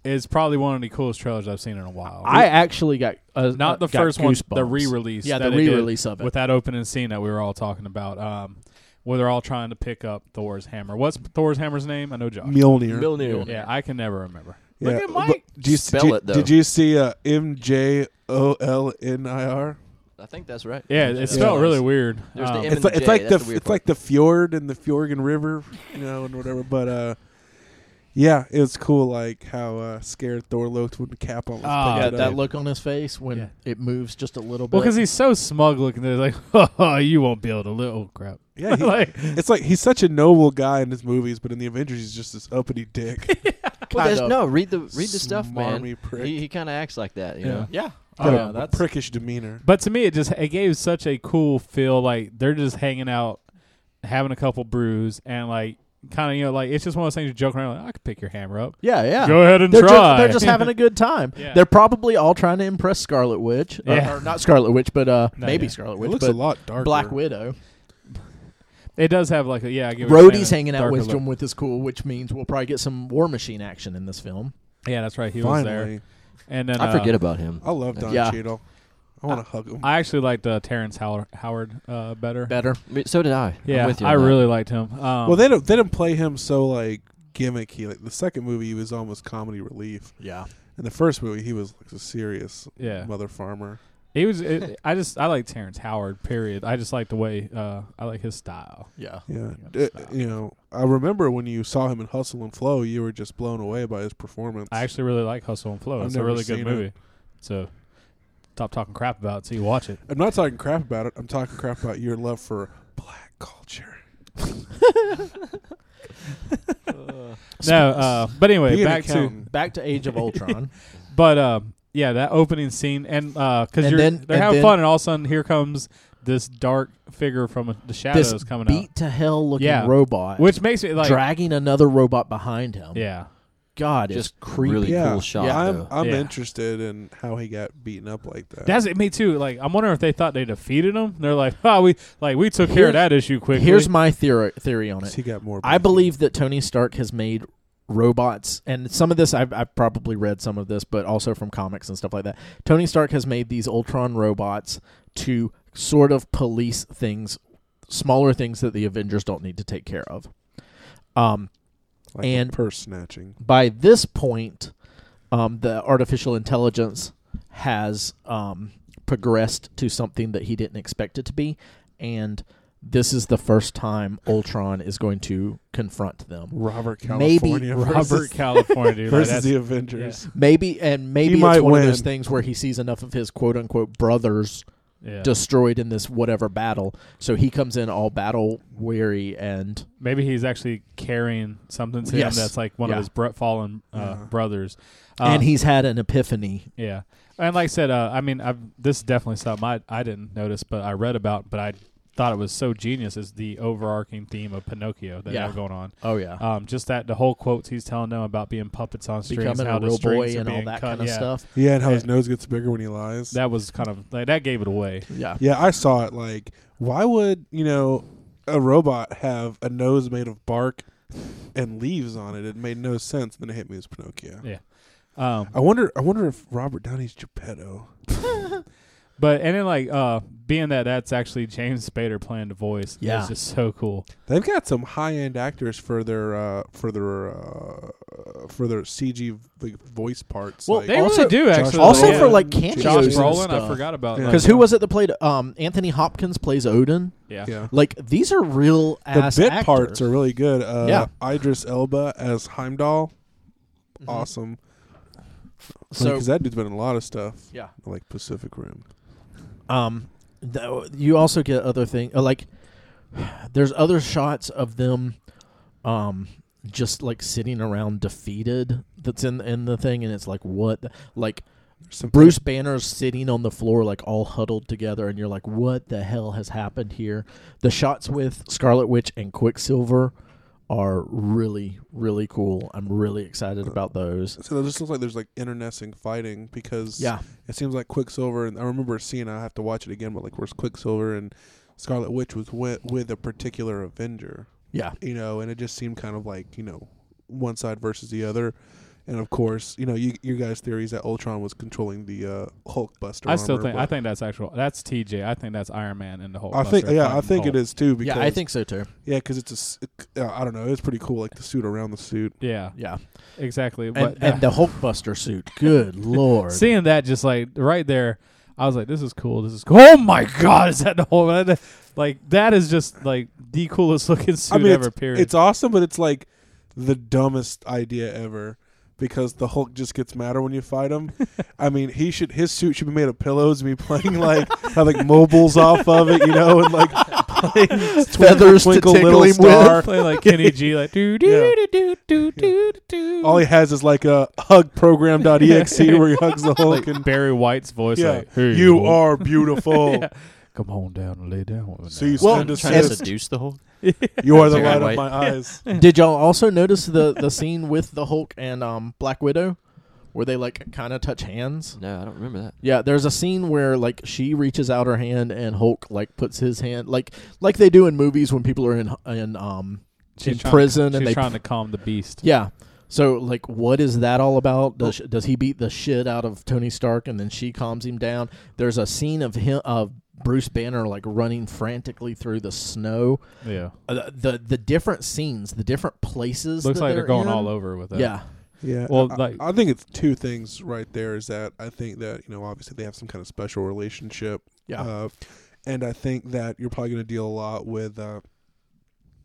is probably one of the coolest trailers I've seen in a while. I actually got uh, uh, not the got first one, the goosebumps. re-release. Yeah, that the they did re-release of it. with that opening scene that we were all talking about, um, where they're all trying to pick up Thor's hammer. What's Thor's hammer's name? I know Josh. Mjolnir. Milner. Yeah, I can never remember. Yeah, Look at but Mike. do you Spell do- it, though. Did you see uh, M J O L N I R? I think that's right. Yeah, it felt really weird. There's Um, the It's Even like, it's J, like that's the, the f- weird it's part. like the fjord and the Fjorgan River, you know, and whatever. But uh, yeah, it was cool. Like how uh, scared Thor looked when the cap almost Ah, picked Yeah, it that up. look on his face when Yeah. it moves just a little bit. well, because he's so smug looking, they're like, "Oh, you won't be able to live." Oh crap! Yeah, he- like, it's like he's such a noble guy in his movies, but in the Avengers, he's just this uppity dick. Well, Kind there's- of. no, read the read the stuff, man. Smarmy prick. He, he kind of acts like that, you Yeah. know. yeah. Got Oh, a yeah, that's prickish demeanor. But to me, it just it gave such a cool feel. Like they're just hanging out, having a couple brews, and like kind of you know like it's just one of those things you joke around. Like I could pick your hammer up. Yeah, yeah. Go ahead and they're try. Just, they're just having a good time. Yeah. They're probably all trying to impress Scarlet Witch. Or- Yeah. Or, not Scarlet Witch, but uh, No, maybe yeah. Scarlet It Witch. looks but a lot darker. Black Widow. It does have like a, yeah. I get what you're Rhodey's saying, hanging a out with darker him, which is cool, which means we'll probably get some War Machine action in this film. look. Yeah, that's right. He was there. Finally, And then I forget Uh, about him. I love Don Yeah. Cheadle. I want to hug him. I actually liked uh, Terrence Howard, Howard uh, better. Better. Me- So did I. I'm Yeah, with you I on that. really liked him. Um, well, they don't they didn't play him so like gimmicky. Like the second movie, he was almost comedy relief. Yeah. In the first movie, he was like a serious yeah, mother farmer. he was. It, I just I like Terrence Howard. Period. I just like the way uh, I like his style. Yeah. Yeah, Yeah, D- you know, I remember when you saw him in Hustle and Flow, you were just blown away by his performance. I actually really like Hustle and Flow. I've it's a never really good seen movie. it. So stop talking crap about it so you watch it. I'm not talking crap about it. I'm talking crap about your love for black culture. No, uh, but anyway, Being back to accountant. Back to Age of Ultron. but uh, yeah, that opening scene and because And you're then- they're and having then- fun and all of a sudden here comes this dark figure from the shadows this coming beat to hell looking Yeah. robot. out, which makes me like dragging another robot behind him. yeah. God, it's Just creepy. really Yeah. cool shot. Yeah. I'm though. I'm Yeah. interested in how he got beaten up like that. That's it, me too. Like, I'm wondering if they thought they defeated him. They're like, "Oh, we like we took care of Here's- that issue quickly." Here's my theory theory on it. he got more. I beefy. believe that Tony Stark has made robots, and some of this I've, I've probably read some of this, but also from comics and stuff like that. Tony Stark has made these Ultron robots to sort of police things, smaller things that the Avengers don't need to take care of. Um, like and- purse snatching. by this point, um, the artificial intelligence has um, progressed to something that he didn't expect it to be, and this is the first time Ultron is going to confront them. Robert Maybe California versus, Robert California dude. Like, versus that's- the Avengers. Maybe and maybe it's might one of those win. things where he sees enough of his quote unquote brothers yeah. destroyed in this whatever battle, so he comes in all battle weary and Maybe he's actually carrying something to Yes. him that's like one Yeah. Uh-huh. of his br- fallen uh, Yeah. brothers. Uh, and he's had an epiphany. yeah, and like I said, uh, I mean, I've, this is definitely something I I didn't notice, but I read about, but I thought it was so genius is the overarching theme of Pinocchio that Yeah. are going on. Oh yeah, Um, just that the whole quotes he's telling them about being puppets on strings, becoming how a the real strings boy are and all being that cut, kind of yeah. stuff. Yeah, and how his Yeah. nose gets bigger when he lies. That was kind of like that gave it away. Yeah, yeah, I saw it. Like, why would you know a robot have a nose made of bark and leaves on it? It made no sense. Then it hit me as Pinocchio. Yeah. Um, I wonder. I wonder if Robert Downey's Geppetto. but and then like uh, being that that's actually James Spader playing the voice, Yeah. is just so cool. They've got some high end actors for their uh, for their uh, for their CG v- voice parts. Well, like, They Also- really do Josh actually. also yeah. for like Josh cameos. Josh and Brolin, I stuff. forgot about Yeah. like, Because who was it that played um, Anthony Hopkins plays Odin? Yeah. yeah. Like these are real The ass bit actors. parts are really good. Uh, Yeah. Mm-hmm. Idris Elba as Heimdall, awesome. So- because that dude's been in a lot of stuff, yeah. like Pacific Rim. Um, th- you also get other thing uh, like there's other shots of them, um, just like sitting around defeated. That's in in the thing, and it's like what the- like There's some Bruce Banner's sitting on the floor, like all huddled together, and you're like, what the hell has happened here? The shots with Scarlet Witch and Quicksilver are really really cool. I'm really excited Uh, about those. So it just looks like there's like internecine fighting because Yeah. it seems like Quicksilver and I remember seeing I have to watch it again, but like where's Quicksilver and Scarlet Witch was with, with a particular Avenger, Yeah. you know, and it just seemed kind of like you know one side versus the other. And of course, you know, you, your guys' theories that Ultron was controlling the uh, Hulk Buster. I still armor, think but I think that's actual. That's TJ. I think that's Iron Man and the whole. I think yeah, I think it is too. Because, Yeah, I think so too. yeah, because it's a s- uh, I don't know, it's pretty cool, like the suit around the suit. Yeah, Yeah, exactly. and, but and the Hulkbuster suit. Good lord. seeing that just like right there, I was like, "This is cool. This is cool." Oh my god, is that the whole? Like that is just like the coolest looking suit I mean, ever. it's, period. it's awesome, but it's like the dumbest idea ever because the Hulk just gets madder when you fight him. I mean, he should his suit should be made of pillows and be playing like have like mobiles off of it, you know, and like playing Feathers to twinkle, tickle little him with. star. Play like Kenny G, like do do do do do do do. All he has is like a hug program.exe where he hugs the like Hulk and Barry White's voice, yeah, like hey, you Hulk, are beautiful. Yeah. Come on down and lay down. With me See, now." Well, Trying to it's- seduce the whole. You are the Like I light of wait. my eyes. Did y'all also notice the the scene with the Hulk and um Black Widow, where they like kind of touch hands? No, I don't remember that. Yeah, there's a scene where like she reaches out her hand and Hulk like puts his hand like like they do in movies when people are in in um in trying- prison she's and they trying to calm the beast. yeah. So like, what is that all about? Does does he beat the shit out of Tony Stark and then she calms him down? There's a scene of him of Bruce Banner like running frantically through the snow. Yeah, Uh, the the different scenes, the different places. looks that like they're going in. all over with it. Yeah, Yeah. Well, I- like- I, think it's two things right there is that I think that, you know, obviously they have some kind of special relationship. Yeah. Uh, and I think that you're probably going to deal a lot with uh,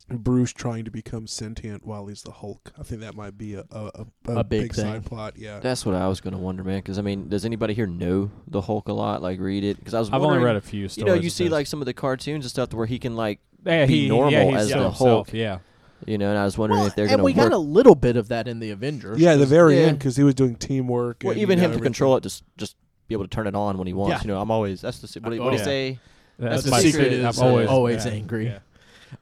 Bruce trying to become sentient while he's the Hulk. I think that might be a, a, a, A big thing. side plot. Yeah. That's what I was gonna wonder, man. Because I mean, does anybody here know the Hulk a lot? Like, read it? Because I was. I've only wondering- read a few You stories. know, you of see his. like some of the cartoons and stuff where he can like, yeah, be he, normal yeah, he's as still the himself, Hulk. Yeah, you know, and I was wondering if they're and gonna we work. got a little bit of that in the Avengers. Yeah, the very Yeah. end because he was doing teamwork. well, and, even you know, him to everything. control it, just just be able to turn it on when he wants. Yeah. You know, I'm always that's the se- what do Oh, what do you yeah. say? that's, the my secret secret. is I'm I'm always uh, always mad. angry. Yeah.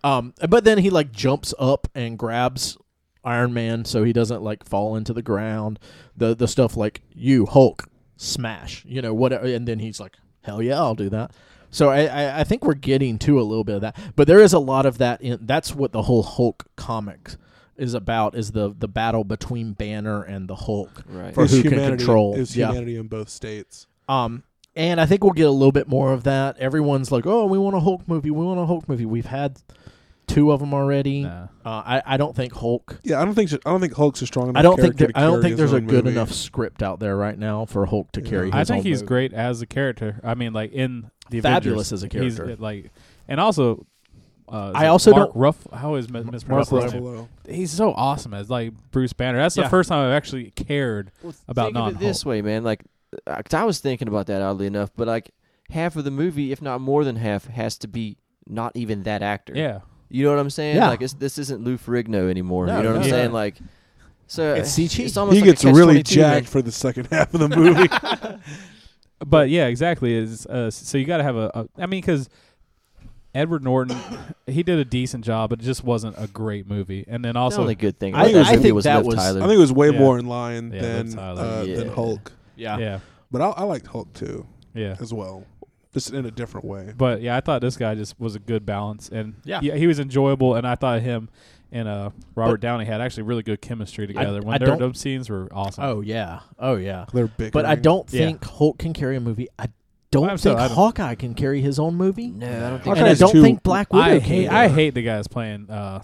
Um, but then he like jumps up and grabs Iron Man so he doesn't like fall into the ground. The the stuff like you Hulk smash, you know whatever, and then he's like, hell yeah, I'll do that. So I, I, I think we're getting to a little bit of that, but there is a lot of that. In that's what the whole Hulk comic is about is the the battle between Banner and the Hulk. Right. For Is who can humanity, control. Is Yeah. humanity in both states. Um, and I think we'll get a little bit more of that. Everyone's like, oh, we want a Hulk movie, we want a Hulk movie. We've had two of them already. Nah. Uh, I, I don't think Hulk. Yeah, I don't think so, I don't think Hulk's a strong enough I don't think character there, to I don't carry think his there's a own good movie. enough script out there right now for Hulk to Yeah. carry. I his think own he's movie. great as a character. I mean, like in the Avengers, Fabulous as a he's, character. uh, like, and also, uh, is I it also Mark don't- Ruff. How is mis- Mark mispronounced? his name? Ruffalo. He's so awesome as like Bruce Banner. That's the Yeah. first time I've actually cared. about think of it this non-Hulk. way, man. Like, uh, 'cause I was thinking about that oddly enough, but like half of the movie, if not more than half, has to be not even that actor. Yeah, You know what I'm saying? Yeah. Like, it's, this isn't Lou Ferrigno anymore. No, you know what I'm no. saying? Like, so It's CG. It's almost He like a gets really catch-22, man. jacked for the second half of the movie. but yeah, exactly. Is uh, so you got to have a, a. I mean, because Edward Norton, he did a decent job, but it just wasn't a great movie. And then That's the also, only good thing. I- About I that think movie was that Liv was- Tyler. I think it was way Yeah. more in line Yeah, Liv than Tyler. uh, than Yeah. Hulk. Yeah. yeah, But I, I liked Hulk too yeah. as well, just in a different way. But yeah, I thought this guy just was a good balance, and Yeah. he was enjoyable. And I thought him and uh, Robert Downey had actually really good chemistry together. when I their don't- those scenes were awesome. Oh yeah. Oh yeah. They're big, But I don't Yeah. think Hulk can carry a movie. I don't I'm think so- I don't- Hawkeye can carry his own movie. no, I don't think. And I Hawkeye's don't too- think Black Widow I can hate, either. I hate the guys playing. Uh,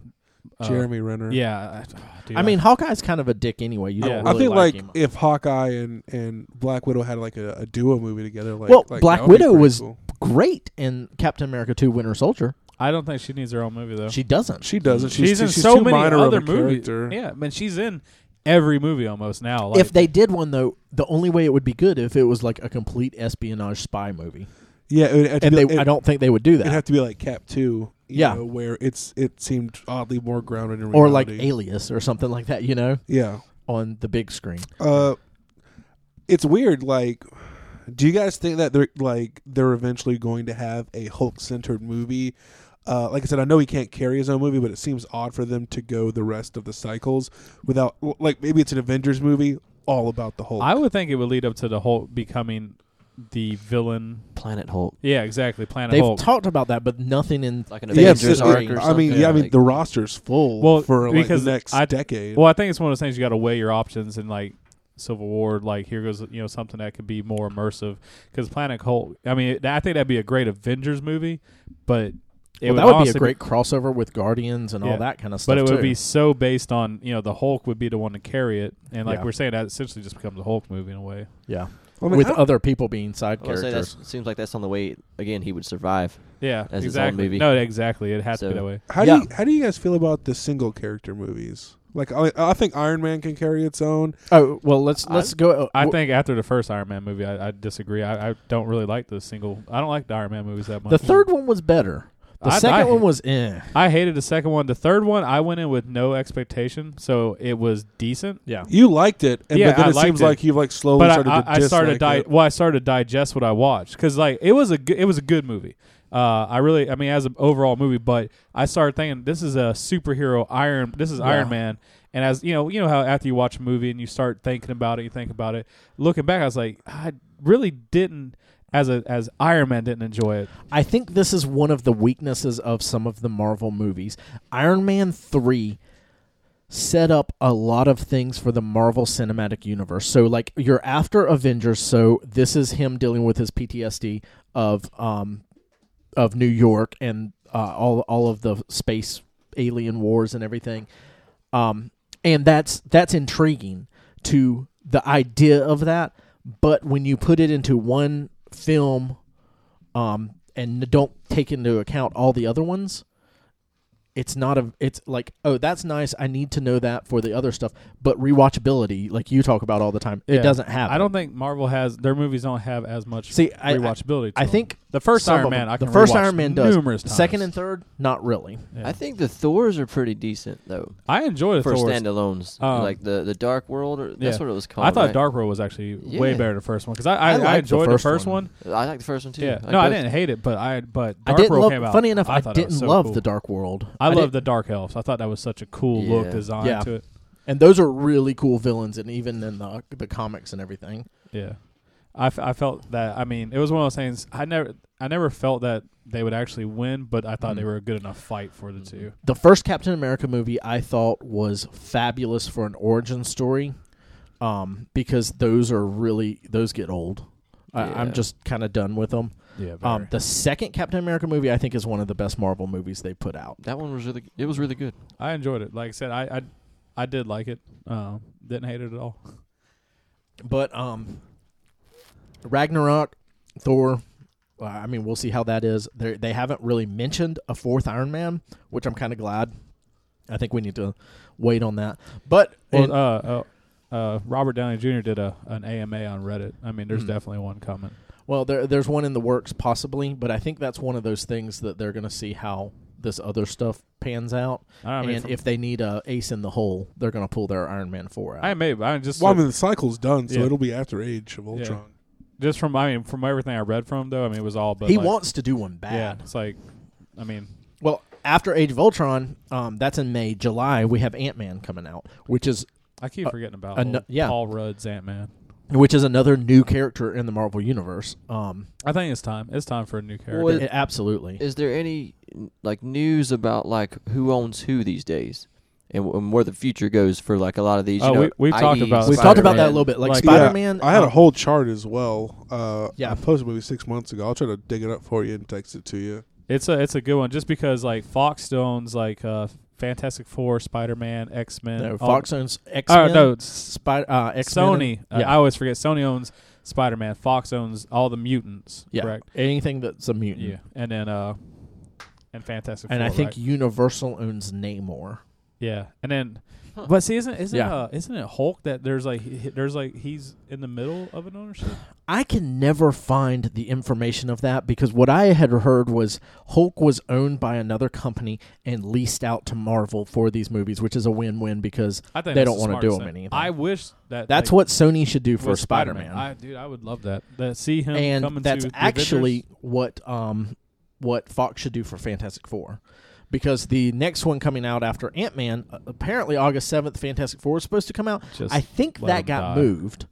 uh, Jeremy Renner. Yeah, I, dude, I mean, Hawkeye's kind of a dick anyway. You Yeah. don't I really think like, like, him. if Hawkeye and, and Black Widow had like a, a duo movie together, like Well, like, Black that would be Widow pretty was- cool. Great in Captain America 2 Winter Soldier. I don't think she needs her own movie though. She doesn't. she doesn't she's, she's too, in she's so too many minor of other a movies. character. Yeah, man, she's in every movie almost now. Like, if they did one though, the only way it would be good if it was like a complete espionage spy movie, Yeah, it would have to and be, they it, I don't think they would do it'd that, have to be like Cap Two. you Yeah. know, where it's it seemed oddly more grounded in reality. or like Alias or something like that, you know, yeah. on the big screen. Uh, it's weird. Like, do you guys think that they're like they're eventually going to have a Hulk centered movie? Uh, like I said, I know he can't carry his own movie, but it seems odd for them to go the rest of the cycles without. Like, maybe it's an Avengers movie all about the Hulk. I would think it would lead up to the Hulk becoming the villain. Planet Hulk. Yeah, exactly. Planet They've Hulk. talked about that, but nothing in Like an Yeah, it's Avengers just, arc like, or I something. mean, yeah, I mean, like- the roster's full Well, for like because the next I- decade. well, I think it's one of those things you got to weigh your options and like Civil War. Like here goes you know something that could be more immersive because Planet Hulk. I mean, th- I think that'd be a great Avengers movie, but it Well, that would be a honestly great crossover with Guardians and Yeah. all that kind of stuff. But it would too. be so based on you know the Hulk would be the one to carry it, and like Yeah. we're saying, that essentially just becomes a Hulk movie in a way. yeah, I mean, with I- other people being side I would say characters. that seems like that's on the way. Again, he would survive. Yeah, As its own exactly. movie. No, exactly. It has to So- be that way. How Yeah. do you, how do you guys feel about the single character movies? Like I, I think Iron Man can carry its own. Oh well, let's let's go. I think after the first Iron Man movie, I, I disagree. I, I don't really like the single. I don't like the Iron Man movies that much. the third one was better. The I- second I- one was eh. I hated the second one. The third one, I went in with no expectation, so it was decent. Yeah, You liked it, and Yeah, but then I it seems liked it. like you've like slowly but started I, to I, I started to dislike di- it. well, I started to digest what I watched because like it was a good, it was a good movie. Uh, I really, I mean, as an overall movie, but I started thinking this is a superhero Iron, this is Iron Yeah. Man, and as you know, you know how after you watch a movie and you start thinking about it, you think about it. Looking back, I was like, I really didn't as a as Iron Man didn't enjoy it. I think this is one of the weaknesses of some of the Marvel movies. Iron Man 3 set up a lot of things for the Marvel Cinematic Universe. So like you're after Avengers, so this is him dealing with his PTSD of um of New York and uh, all all of the space alien wars and everything. Um and that's that's intriguing to the idea of that, but when you put it into one film um, and n- don't take into account all the other ones, it's not a. It's like, oh, that's nice. I need to know that for the other stuff. But rewatchability, like you talk about all the time, Yeah. it doesn't happen. I don't think Marvel has their movies don't have as much see. I, I, rewatchability. to I them. think the first some Iron of them- Man, I the can first rewatch Iron Man does. numerous times. Second and third, not really. Yeah. I think the Thors are pretty decent though I enjoy the for Thor's. standalones. Um, like the the Dark World, or that's yeah. what it was called. I thought right? Dark World was actually way Yeah. better than the first one because I I, I I, liked the enjoyed the first first, one. one. I like the first one too. Yeah, Like no, I both. didn't hate it, but I but I Dark didn't World love. came out. Funny enough, I, thought it didn't was so love cool. the Dark World. I, love didn't- the Dark Elves. I thought that was such a cool look Yeah. design Yeah. to it. and those are really cool villains, and even in the the comics and everything. Yeah, I, f- I felt that. I mean, it was one of those things. I never I never felt that they would actually win, but I thought Mhm. they were a good enough fight for the two. the first Captain America movie I thought was fabulous for an origin story, um, because those are really those get old. I, I'm Yeah. just kind of done with them. Yeah, Um, the second Captain America movie I think is one of the best Marvel movies they put out. That one was really. It was really good. I enjoyed it. Like I said, I I, I did like it. Um, didn't hate it at all. But um, Ragnarok, Thor. uh, I mean, we'll see how that is. They they haven't really mentioned a fourth Iron Man, which I'm kind of glad. I think we need to wait on that. But Well, and- uh, uh, uh, Robert Downey Jr. did a an AMA on Reddit. I mean, there's Hmm. definitely one coming. Well, there, there's one in the works possibly, but I think that's one of those things that they're going to see how this other stuff pans out, I don't know, I mean, and from- if they need a ace in the hole, they're going to pull their Iron Man four out. I maybe I'm just Well, I mean, the cycle's done, so Yeah. it'll be after Age of Ultron. just from I mean from everything I read from him, though I mean it was all but he like, wants to do one yeah bad. it's like I mean Well, after Age of Ultron, um, that's in May, July. We have Ant Man coming out, which is I keep Uh, forgetting about ano- old yeah. Paul Rudd's Ant Man. which is another new character in the Marvel universe. Um, I think it's time. It's time for a new character. Uh, Well, it- absolutely. Is there any like news about like who owns who these days, and, w- and where the future goes for like a lot of these? You Oh, know, we- we've i.e. talked about- E, We've talked Spider-Man. about that a little bit, like, Like- Yeah, Spider Man. I had a whole chart as well. Uh, Yeah. I posted maybe six months ago. I'll try to dig it up for you and text it to you. it's a it's a good one just because like Fox owns like uh, Fantastic Four, Spider Man, X Men. no, Fox owns X Oh Men. no, it's Spider uh, X Men. Sony. I- yeah. I always forget. Sony owns Spider Man. Fox owns all the mutants. Yeah, Correct. anything that's a mutant. Yeah, and then uh, and Fantastic and Four. I think right? Universal owns Namor. Yeah, and then, Huh. but see, isn't isn't Yeah. uh, isn't it Hulk that there's like he- he- there's like he's in the middle of an ownership? I can never find the information of that because what I had heard was Hulk was owned by another company and leased out to Marvel for these movies, which is a win-win because I think They that's don't the wanna smartest do 'em thing. anything. I wish that that's like, what Sony should do for with Spider-Man. I, dude, I would love that. That see him coming and that's to the actually Avengers. what um what Fox should do for Fantastic Four. Because the next one coming out after Ant Man, apparently August seventh, Fantastic Four is supposed to come out. Just I think let that him got die. moved.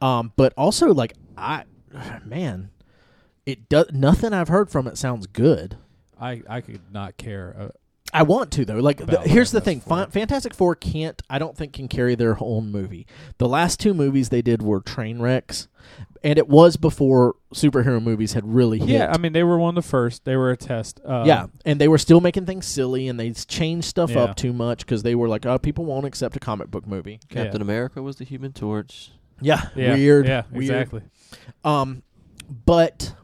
Um, but also like I man, it does nothing I've heard from it sounds good. I I could not care. Uh, I want to though. Like, the, About here's the thing: Fantastic Fan- Fantastic Four can't. I don't think can carry their own movie. The last two movies they did were train wrecks, and it was before superhero movies had really hit. yeah, I mean they were one of the first. They were a test. Uh, yeah, and they were still making things silly, and they s- changed stuff Yeah. up too much because they were like, "Oh, people won't accept a comic book movie." Captain America was the Human Torch. Yeah, yeah, weird. Yeah, weird. exactly. Um, but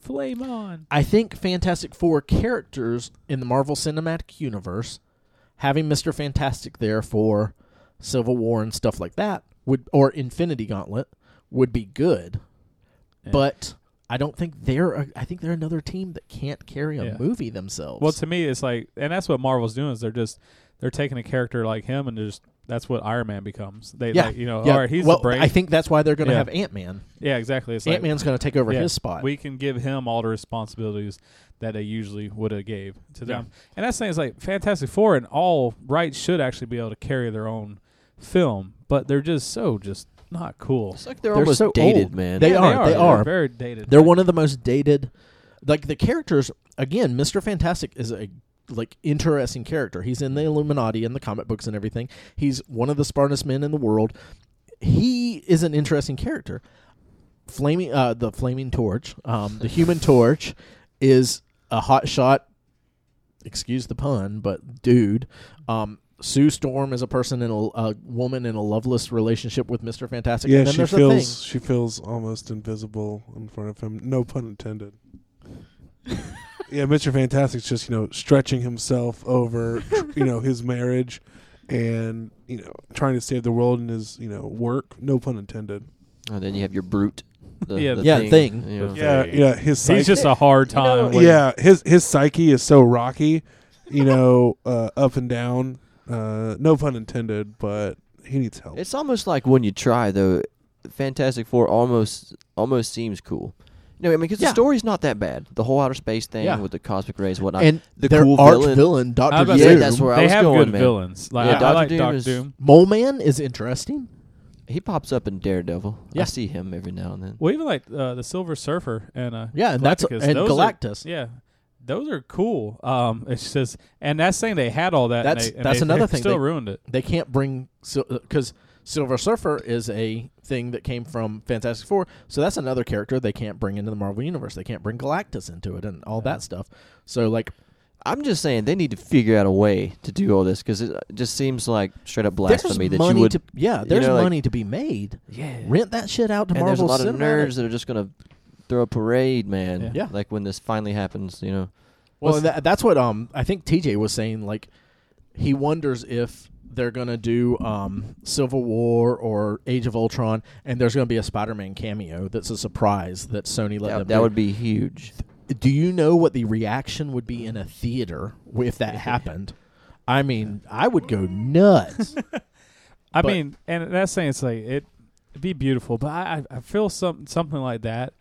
Flame on. I think Fantastic Four characters in the Marvel Cinematic Universe, having Mister Fantastic there for Civil War and stuff like that would, or Infinity Gauntlet would be good, Yeah. but. I don't think they're. A, I think they're another team that can't carry a Yeah. movie themselves. Well, to me, it's like, and that's what Marvel's doing is they're just they're taking a character like him and just that's what Iron Man becomes. They Yeah. like you know, Yeah, all right, he's well, the brain. I think that's why they're going to Yeah. have Ant Man. yeah, exactly. It's Ant like Man's going to take over yeah, his spot. we can give him all the responsibilities that they usually would have gave to Yeah. them. And that's the thing is like Fantastic Four and all rights should actually be able to carry their own film, but they're just so just not cool. It's like they're, They're almost so dated, old. man. They Yeah, are, they They're are. very dated. They're one of the most dated. Like the characters again, Mister Fantastic is a like interesting character. He's in the Illuminati and the comic books and everything. He's one of the smartest men in the world. He is an interesting character. Flaming uh, the Flaming Torch, um, the Human Torch, is a hot shot. Excuse the pun, but dude, um, Sue Storm is a person in a, a woman in a loveless relationship with Mister Fantastic. yeah, and then she there's feels the thing. she feels almost invisible in front of him. No pun intended. yeah, Mr. Fantastic's just you know stretching himself over tr- you know his marriage, and you know trying to save the world in his you know work. No pun intended. And then you have your brute. The, Yeah, the Yeah, thing. thing. you know. Yeah, yeah. His psyche, He's just a hard You know, time. with- yeah his his psyche is so rocky, you know, uh, up and down. Uh, no pun intended, but he needs help. It's almost like when you try though, Fantastic Four almost almost seems cool. You know, I mean, because Yeah. the story's not that bad. The whole outer space thing Yeah. with the cosmic rays, and whatnot. and the their cool arch villain. villain, I was Doctor about to yeah, say, Doom. that's where I they was have going, good man. villains. Like, Yeah, I, I Doctor like Doom Doctor is- Doom. Mole Man is interesting. He pops up in Daredevil. Yeah. I see him every now and then. Well, even like uh, the Silver Surfer and uh, Yeah, and that's Galactus, and those are- Galactus. yeah, those are cool. Um, it's just and that's saying they had all that. and That's- they- and that's they- another they thing. Still They- ruined it. They can't bring because Silver Surfer is a thing that came from Fantastic Four, so that's another character they can't bring into the Marvel universe. They can't bring Galactus into it and all that stuff. So like I'm just saying they need to figure out a way to do all this because it uh, just seems like straight up blasphemy that there's money you would. to yeah, you there's know, like- money to be made. yeah. Rent that shit out to And there's a Marvel lot of Cinematic- nerds that are just gonna throw a parade, man. Yeah. Yeah. Like when this finally happens, you know. Well, and that, that's what um I think TJ was saying. Like, he wonders if they're gonna do um Civil War or Age of Ultron, and there's gonna be a Spider-Man cameo that's a surprise that Sony let them. That, that do. would be huge. Do you know what the reaction would be in a theater if that happened? I mean, I would go nuts. I But- mean, and that's saying it's like it, it'd be beautiful, but I, I I feel some something like that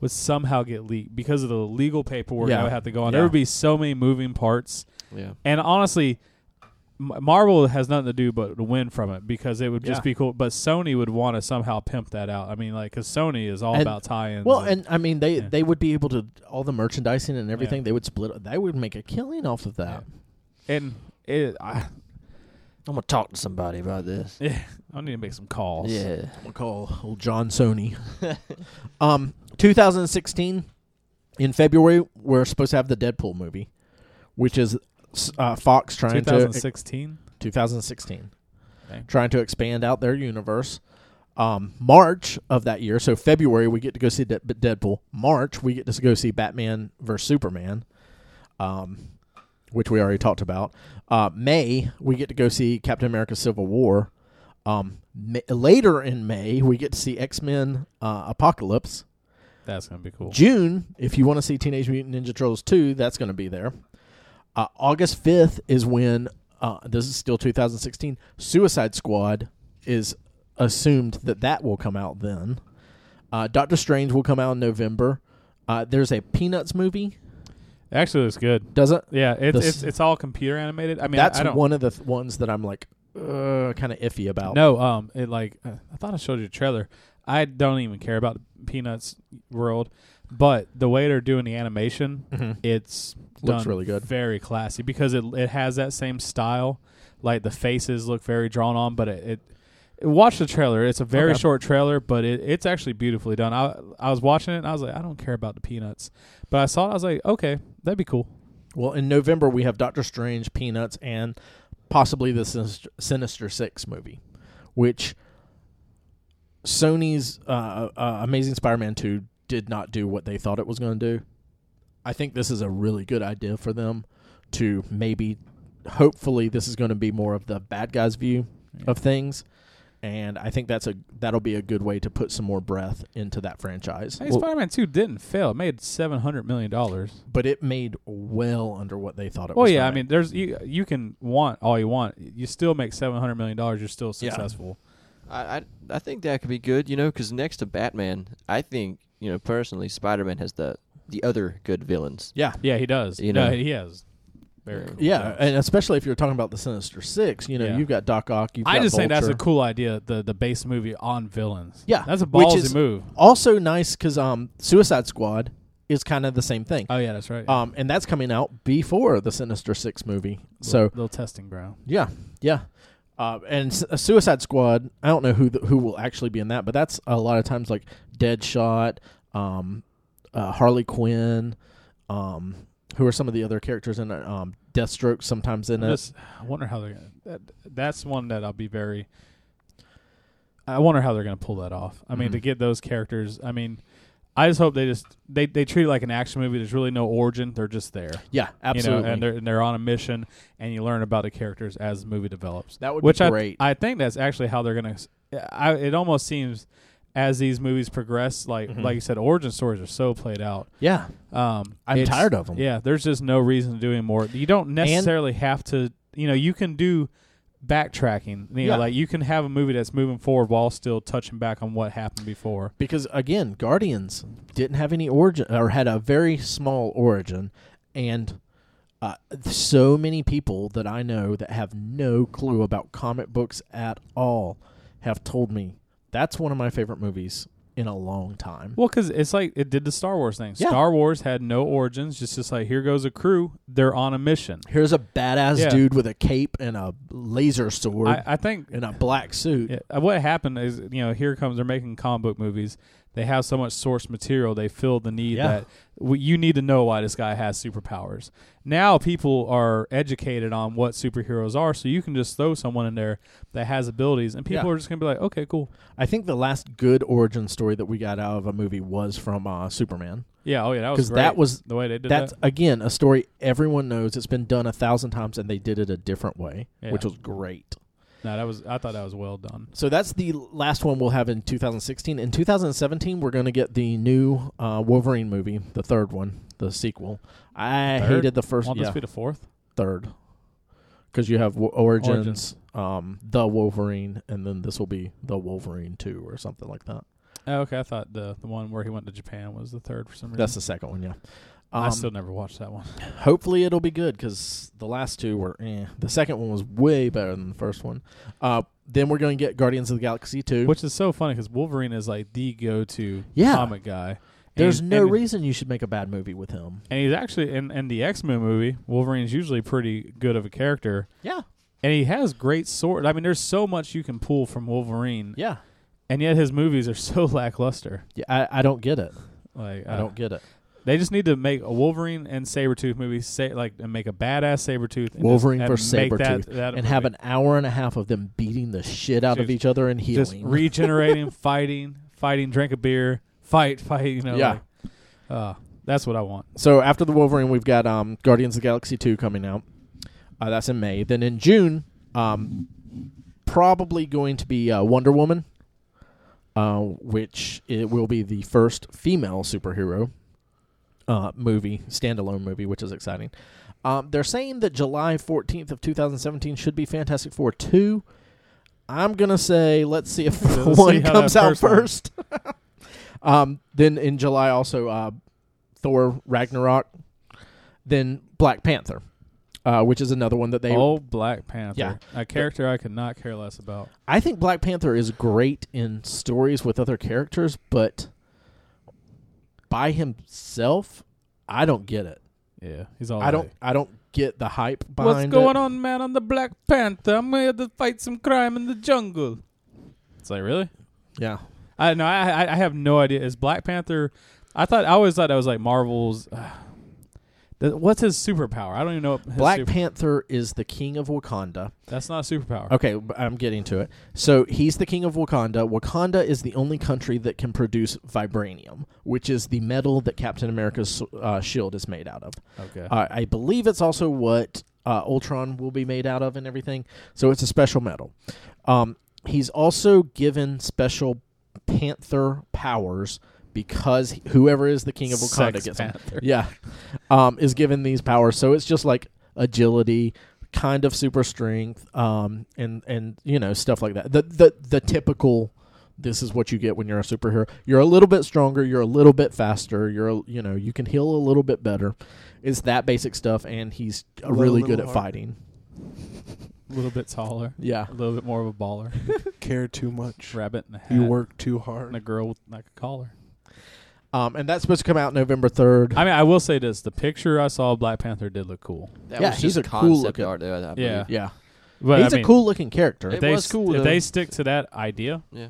would somehow get leaked because of the legal paperwork Yeah. I would have to go on. Yeah. There would be so many moving parts, Yeah. and honestly. M- Marvel has nothing to do but to win from it because it would just Yeah. be cool. But Sony would want to somehow pimp that out. I mean, like, because Sony is all And- about tie-ins. well, and I mean, they Yeah. they would be able to all the merchandising and everything. Yeah. They would split. They would make a killing off of that. and it, I, I'm gonna talk to somebody about this. Yeah, I need to make some calls. Yeah. We'll call old John Sony. um, 2016 in February, we're supposed to have the Deadpool movie, which is uh, Fox trying to 2016. 2016 Okay. trying to expand out their universe. Um, March of that year, so February we get to go see De- Deadpool. March we get to go see Batman versus Superman, um, which we already talked about. Uh, May we get to go see Captain America: Civil War. Um, ma- later in May we get to see X Men uh, Apocalypse. That's gonna be cool. June, if you want to see Teenage Mutant Ninja Turtles 2, that's going to be there. Uh, August 5th is when, uh, this is still 2016, Suicide Squad is assumed that that will come out then. Uh, Doctor Strange will come out in November. Uh, there's a Peanuts movie. Actually, it's good. Does it? Yeah, it's This- it's it's all computer animated. I mean, that's I don't, one of the th- ones that I'm like, uh, kind of iffy about. No, um, it like uh, I thought I showed you a trailer. I don't even care about Peanuts World, but the way they're doing the animation, Mm-hmm. it's Looks done really good. very classy because it it has that same style. Like the faces look very drawn on, but it. it Watch the trailer. It's a very Okay. short trailer, but it, it's actually beautifully done. I I was watching it and I was like, I don't care about the peanuts, but I saw it. I was like, okay, that'd be cool. Well, in November we have Doctor Strange, Peanuts, and possibly the Sinister, Sinister Six movie, which Sony's uh, uh, Amazing Spider-Man Two did not do what they thought it was going to do. I think this is a really good idea for them to maybe, hopefully, this is going to be more of the bad guys' view of things, and I think that's a that'll be a good way to put some more breath into that franchise. Hey, Well- Spider-Man Two didn't fail. It made seven hundred million dollars. But it made well under what they thought it Well, was. yeah, gonna I mean, there's you. You can want all you want. You still make seven hundred million dollars. You're still Yeah. successful. I, I I think that could be good, you know, because next to Batman, I think you know personally, Spider Man has the the other good villains. yeah, Yeah, he does. You no, know. he has. Very cool Yeah, villains. and especially if you're talking about the Sinister Six, you know, Yeah. you've got Doc Ock. You've I got just think that's a Vulture. cool idea. The the base movie on villains. Yeah, that's a which ballsy is- move. Also nice because um, Suicide Squad is kind of the same thing, Oh yeah, that's right. um, and that's coming out before the Sinister Six movie. little, So little testing ground. yeah, yeah, uh, and S- uh, Suicide Squad. I don't know who the, who will actually be in that, but that's a lot of times like Deadshot, um, uh, Harley Quinn, um, who are some of the other characters in it. Um, Deathstroke sometimes in I it. just I wonder how they're gonna. That, that's one that I'll be very. I wonder how they're gonna pull that off. I mean, Mhm. to get those characters. I mean, I just hope they just they they treat it like an action movie. There's really no origin. They're just there. Yeah, absolutely. You know, and they're and they're on a mission, and you learn about the characters as the movie develops. that would Which be I great. I think that's actually how they're gonna. s- I, it almost seems as these movies progress, like Mhm. like you said, origin stories are so played out. yeah, Um, I'm it's- tired of 'em. Yeah, there's just no reason to do any more. You don't necessarily have to. You know, you can do backtracking. You Yeah. know, like you can have a movie that's moving forward while still touching back on what happened before. because again, Guardians didn't have any origin or had a very small origin, and uh, so many people that I know that have no clue about comic books at all have told me that's one of my favorite movies in a long time. Well, because it's like it did the Star Wars thing. Yeah. Star Wars had no origins. Just just like here goes a crew. They're on a mission. Here's a badass Yeah. dude with a cape and a laser sword I, I think and a black suit. Yeah, uh, what happened is, you know, here comes they're making comic book movies. They have so much source material, they feel the need Yeah. that w- you need to know why this guy has superpowers. Now people are educated on what superheroes are, so you can just throw someone in there that has abilities, and people Yeah. are just gonna be like, okay, cool, I think the last good origin story that we got out of a movie was from uh, Superman. yeah, oh yeah, that was Because great. that was the way they did That's that. again a story everyone knows. It's been done a thousand times, and they did it a different way, Yeah. which was great. No, that was I thought that was well done. So that's the last one we'll have in 2016. In 2017, we're going to get the new uh, Wolverine movie, the third one, the sequel. I Third? hated the first, Want this yeah, to be the fourth? third, because you have w- Origins, Origins. Um, the Wolverine, and then this will be the Wolverine Two or something like that. Oh, okay, I thought the the one where he went to Japan was the third for some reason. That's the second one, yeah. I Um, still never watched that one. Hopefully it'll be good because the last two were eh. The second one was way better than the first one. Uh, then we're going to get Guardians of the Galaxy 2. Which is so funny because Wolverine is like the go-to Yeah. comic guy. And There's he's- no and- reason you should make a bad movie with him. and he's actually in, in the X Men movie. Wolverine's usually pretty good of a character, Yeah. and he has great sword. I mean, there's so much you can pull from Wolverine, Yeah. and yet his movies are so lackluster. yeah I, I don't get it. Like uh, I don't get it. They just need to make a Wolverine and Sabretooth movie, say like and make a badass Sabretooth. And Wolverine just, versus and make Sabretooth. that, that And have movie. an hour and a half of them beating the shit out of Just- each other and healing. just regenerating, fighting, fighting, drink a beer, fight, fight. You know, Yeah. like, uh, that's what I want. so after the Wolverine, we've got um, Guardians of the Galaxy 2 coming out. Uh, that's in May. Then in June, um, probably going to be uh, Wonder Woman, uh, which it will be the first female superhero uh, movie, standalone movie, which is exciting. Um, they're saying that July 14th of 2017 should be Fantastic Four 2. I'm going to say let's see if Let's see one how comes that out first one- first. um, then in July also uh, Thor Ragnarok, then Black Panther. uh, which is another one that they. oh, Black Panther. Yeah. A character I could not care less about. I think Black Panther is great in stories with other characters, but by himself, I don't get it. Yeah. He's all I don't. I don't get the hype behind What's going it. on, man? I'm the Black Panther. I'm here to fight some crime in the jungle. It's like really? Yeah, I no, I I- I have no idea. Is Black Panther? I thought I always thought that was like Marvel's. Uh, th- what's his superpower? I don't even know. What his Black super- Panther is the king of Wakanda. That's not a superpower. Okay, b- I'm getting to it. So he's the king of Wakanda. Wakanda is the only country that can produce vibranium, which is the metal that Captain America's uh, shield is made out of. Okay. Uh, I believe it's also what uh, Ultron will be made out of and everything. So it's a special metal. Um, he's also given special Panther powers because whoever is the king of Wakanda Sex gets them. Panther. Yeah, um, is given these powers. So it's just like agility, kind of super strength, um, and and you know stuff like that. The the the typical. This is what you get when you're a superhero. You're a little bit stronger. You're a little bit faster. You're a- you know you can heal a little bit better. It's that basic stuff, and he's Run a really little good at harder. fighting. A little bit taller. Yeah, A little bit more of a baller. Care too much. Rabbit and a hat. You work too And a hard. girl with like a collar. um, and that's supposed to come out November third. I mean, I will say this: the picture I saw of Black Panther did look cool. That Yeah, was he's just a cool concept looking- art there. I believe. Yeah. Yeah, But he's I a mean, cool looking character. It If they was cool, if though. they stick to that idea, yeah.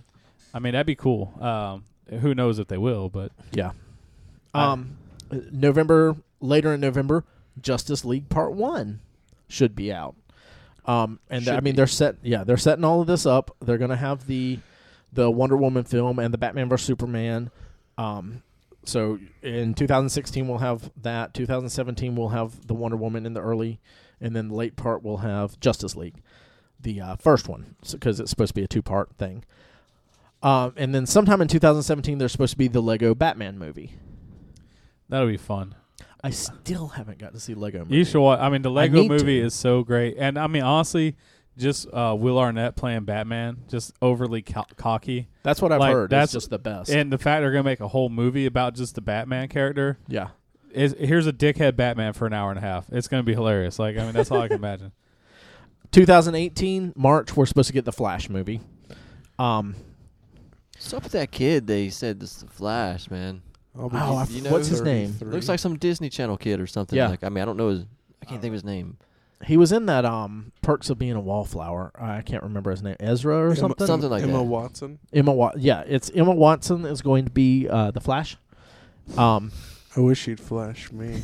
I mean, that'd be cool. Um, who knows if they will? But Yeah. Um, November later in November, Justice League Part One should be out. Um, and Should I mean be. they're set. Yeah, they're setting all of this up. They're gonna have the the Wonder Woman film and the Batman vs Superman. Um, so in 2016 we'll have that. 2017 we'll have the Wonder Woman in the early, and then the late part we'll have Justice League, the uh, first one, because it's supposed to be a two part thing. Um, and then sometime in 2017 there's supposed to be the Lego Batman movie. that'll be fun. I still haven't gotten to see Lego movie. You should watch. I mean, the Lego need movie to. is so great, and I mean, honestly, just uh, Will Arnett playing Batman, just overly co- cocky, That's what I've Like, heard. That's that's- just the best. and the fact they're gonna make a whole movie about just the Batman character yeah. is here's a dickhead Batman for an hour and a half. It's gonna be hilarious. Like, I mean, that's all I can imagine. 2018 March we're supposed to get the Flash movie. Um What's up with that kid? They said this is the Flash, man. I'll be oh, I You f- know what's his name? 33. Looks like some Disney Channel kid or something. Yeah. Like I mean, I don't know. His, I don't can't think of his name. He was in that um Perks of Being a Wallflower. I can't remember his name. Ezra or Emma- something. Something like Emma that. Watson. Emma Wa- yeah, it's Emma Watson is going to be uh, the Flash. Um I wish you'd flash me.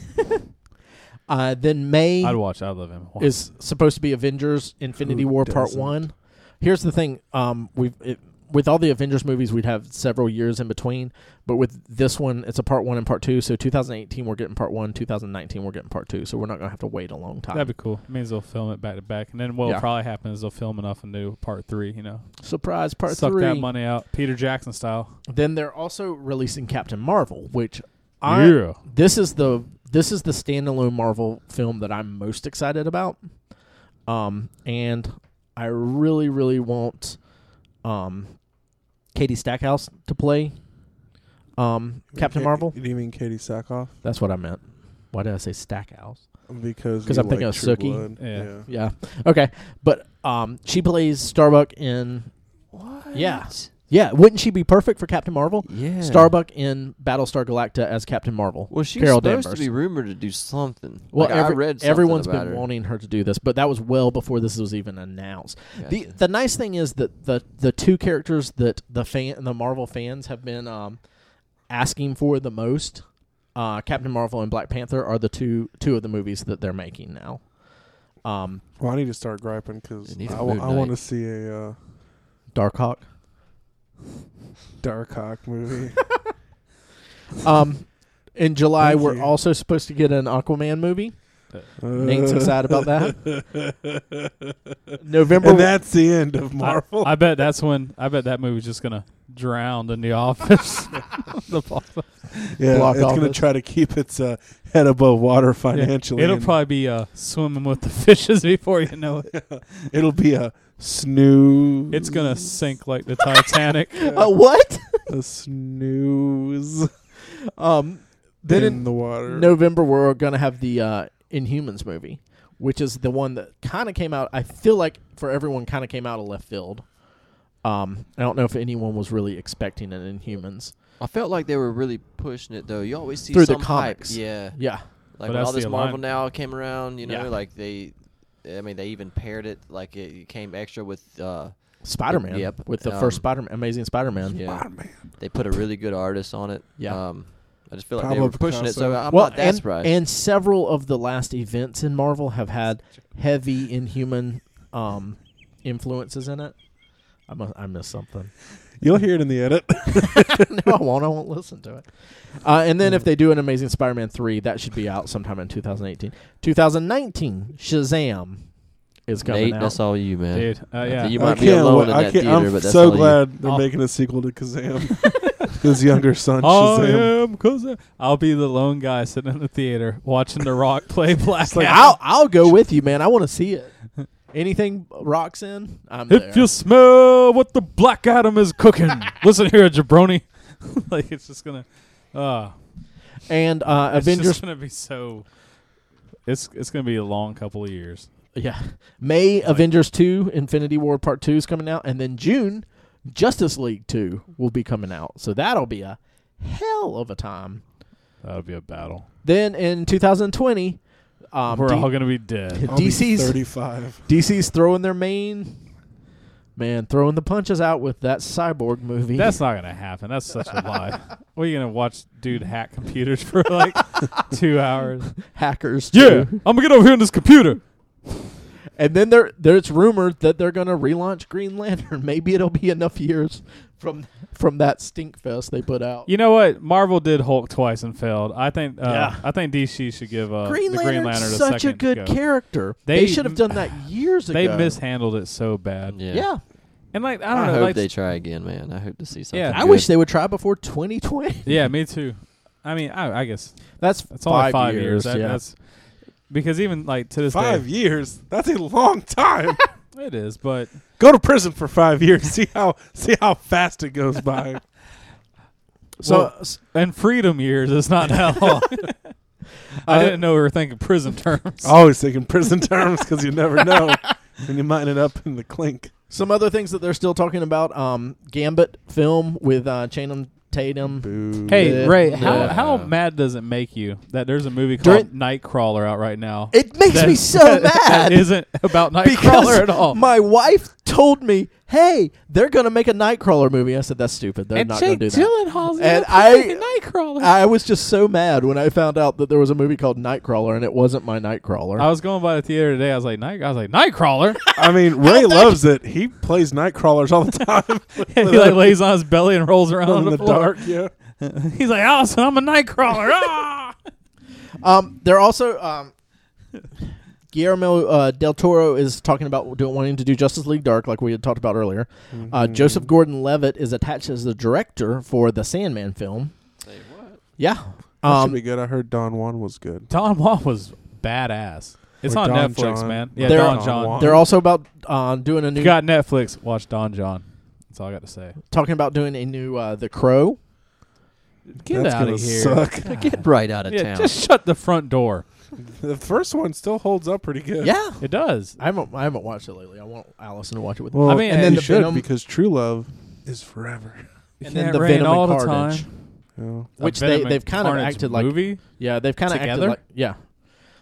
uh then May I'd watch. I love him. is supposed to be Avengers Infinity Who War Part doesn't? One. Here's the thing: um, we've it, with all the Avengers movies, we'd have several years in between. But with this one, it's a Part One and Part Two. So 2018, we're getting Part One. 2019, we're getting Part Two. So we're not gonna have to wait a long time. That'd be cool. means they'll film it back to back, and then what'll Yeah. probably happen is they'll film enough and do part three. You know, Surprise Part suck Three. that money out, Peter Jackson style. Then they're also releasing Captain Marvel, which I yeah, this is the this is the standalone Marvel film that I'm most excited about. Um, and I really, really want um, Katie Stackhouse to play um, Captain Ka- Marvel. Do you mean Katie Sackhoff? That's what I meant. Why did I say Stackhouse? Because 'Cause you I'm thinking like of True Sookie. Blood. Yeah. Yeah. Okay. But um, she plays Starbuck in. What? Yeah. Yeah. Wouldn't she be perfect for Captain Marvel? Yeah. Starbuck in Battlestar Galacta as Captain Marvel. Well, she's Carol supposed to Danvers. be rumored to do something. Well, Like, every, I read something everyone's about been her. wanting her to do this, but that was well before this was even announced. The Gotcha. the nice thing is that the the two characters that the fan the Marvel fans have been um, asking for the most, uh, Captain Marvel and Black Panther, are the two two of the movies that they're making now. Um, Well, I need to start griping because It I, needs w- Moon I want to Knight. see a uh, Darkhawk. Dark Hawk movie. Um, in July, Thank we're you. also supposed to get an Aquaman movie. Nate's Uh, excited about that. November. and that's the end of Marvel. I, I bet that's when I bet that movie's just gonna drown in the office. the box- yeah, block it's going office. to try to keep its uh, head above water financially. it'll and probably be uh, swimming with the fishes before you know it. it'll be a snooze. It's gonna sink like the Titanic. uh, what? a snooze Um, then in in the water. November we're gonna have the uh, Inhumans movie, which is the one that kind of came out. I feel like for everyone, kind of came out of left field. Um, I don't know if anyone was really expecting it in humans. I felt like they were really pushing it though. You always see Through the some hype. comics. Yeah, Yeah, like But when that's all this the Marvel align- now came around, you know, Yeah. like they, I mean, they even paired it like it came extra with. uh Spider Man. Yep. with the Um, first Spider, Amazing Spider Man. Yeah, Ah, man. they put a really good artist on it. Yeah. um, I just feel like they Pablo were pushing it. So Picasso. I'm well, not that and, surprised. and several of the last events in Marvel have had heavy Inhuman um, influences in it. I must, I missed something. You'll hear it in the edit. no, I won't. I won't listen to it. Uh, and then if Mm. they do an Amazing Spider-Man three, that should be out sometime in 2018. 2019, Shazam is coming Nate, out. that's all you, man. Dude, uh, yeah. So you I might be can't alone wa- in I that can't- theater, I'm but that's so all you- glad they're I'll- making a sequel to Kazam. His younger son I Shazam. am Kazam. I'll be the lone guy sitting in the theater watching The Rock play Black Like, Adam. I'll I'll go with you, man. I want to see it. Anything rocks in, I'm there. If you smell what the Black Adam is cooking, listen here, jabroni. like it's just gonna, uh, and uh, it's Avengers just gonna be so. It's it's gonna be a long couple of years. Yeah. May Avengers 2 Infinity War Part 2 is coming out and then June Justice League 2 will be coming out. So that'll be a hell of a time. That'll be a battle. Then in 2020 um We're D- all gonna be dead. I'll be DC's 35. DC's throwing their main man throwing the punches out with that cyborg movie. That's not gonna happen. That's such a lie. What are you gonna watch, dude? Hack computers for like two hours? hackers. Yeah, too. I'm gonna get over here on this computer. And then there there's rumored that they're going to relaunch Green Lantern. Maybe it'll be enough years from from that stink fest they put out. You know what? Marvel did Hulk twice and failed. I think. Uh, Yeah. I think DC should give uh, Green the Green Lantern Lantern's such a second good go. character. They, They- should have done that years They ago. mishandled it so bad. Yeah. Yeah, And like I I, don't know, hope like they try again, man. I hope to see something. Yeah. I good. wish they would try before 2020. yeah, me too. I mean, I, I guess That's that's five, only five years. years. That- yeah. That's because even like to this Five years? That's a long time. day, it is. But Go to prison for five years. See how see how fast it goes by. so well, s- and freedom years is not that long. uh, I didn't know we were thinking prison terms. Oh, Always thinking prison terms because you never know, and you might end up in the clink. some other things that they're still talking about: um, Gambit film with uh, Channing Tatum. Boo. Hey Yeah. Ray, how Yeah. how mad does it make you that there's a movie called During- Nightcrawler out right now? It makes that- me so that mad isn't about because Nightcrawler at all. my wife told me, "Hey, they're gonna make a Nightcrawler movie." I said, "That's stupid. They're not gonna do that." Gyllenhaal's And I- Nightcrawler. I, I was just so mad when I found out that there was a movie called Nightcrawler and it wasn't my Nightcrawler. was going by the theater today. I was like, Night, I was like, Nightcrawler. I mean, Ray loves it. He plays night crawlers all the time. he like lays on his belly and rolls around in on the, the floor. dark. Yeah. He's like, Allison, I'm a Nightcrawler. Ah! Um, they're also um, Guillermo uh, del Toro is talking about doing, wanting to do Justice League Dark, like we had talked about earlier. Uh, Joseph Gordon-Levitt is attached as the director for the Sandman film. Say what? Yeah, That um, should be good. I heard Don Juan was good. Don Juan was badass. It's Or on Don Netflix, John. man. Yeah, They're- Don Don John. Juan. they're also about uh, doing a new You got Netflix. Watch Don John. That's all I got to say. talking about doing a new uh, The Crow. Get That's out gonna of here. Suck. Get right out of Yeah, town. just shut the front door. The first one still holds up pretty good. Yeah, It does. I haven't I haven't watched it lately. I want Allison to watch it with me. Well, I mean, and then you the should, should because true love is forever. It and then can't the rain Venom all and the Carnage, time. You know? A which they Venom and they've kind of Carnage acted like movie. yeah they've kind of acted Together? like yeah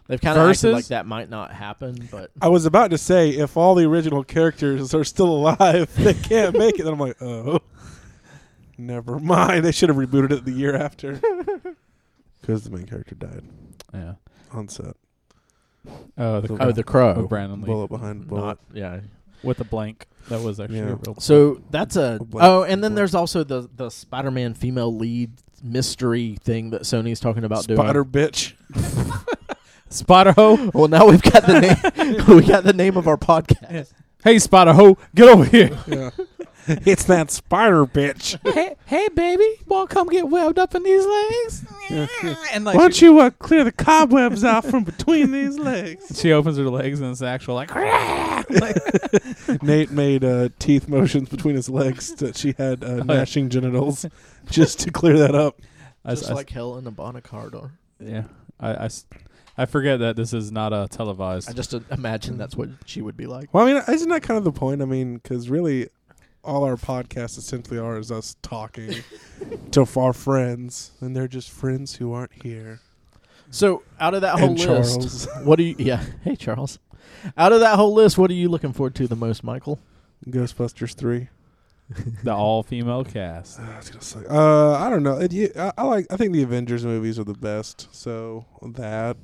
they've kind of acted Versus? like that might not happen, but I was about to say if all the original characters are still alive, they can't make it. Then I'm like, oh, never mind. They should have rebooted it the year after because the main character died Yeah. on set. Oh, the, oh Crow the with Crow. Brandon Lee Bullet behind bullet. Not- yeah. with a blank. That was actually Yeah. a real. So that's a What- oh, and then what- there's also the the Spider-Man female lead mystery thing that Sony's talking about Spider bitch. Spider Ho. doing. Well, now we've got the name. we got the name of our podcast. Hey, Spider Ho, get over here. Yeah. it's that spider bitch. hey, hey, baby, want to come get webbed up in these legs? and like, she, you uh, clear the cobwebs out from between these legs? she opens her legs and it's actual like. like Nate made uh, teeth motions between his legs that she had uh, gnashing genitals just to clear that up. I s- Just I s- like Helen and Bonacardor. yeah, I, I s- I forget that this is not uh, televised. I just uh, imagine that's what she would be like. Well, I mean, isn't that kind of the point? I mean, because really, all our podcasts essentially are is us talking to our friends, and they're just friends who aren't here. So, out of that whole and list, Charles, what do you? Yeah, hey Charles. Out of that whole list, what are you looking forward to the most, Michael? Ghostbusters three. the all female cast. Uh, it's gonna suck. Uh, I don't know. It, you, I, I like. I think the Avengers movies are the best. So that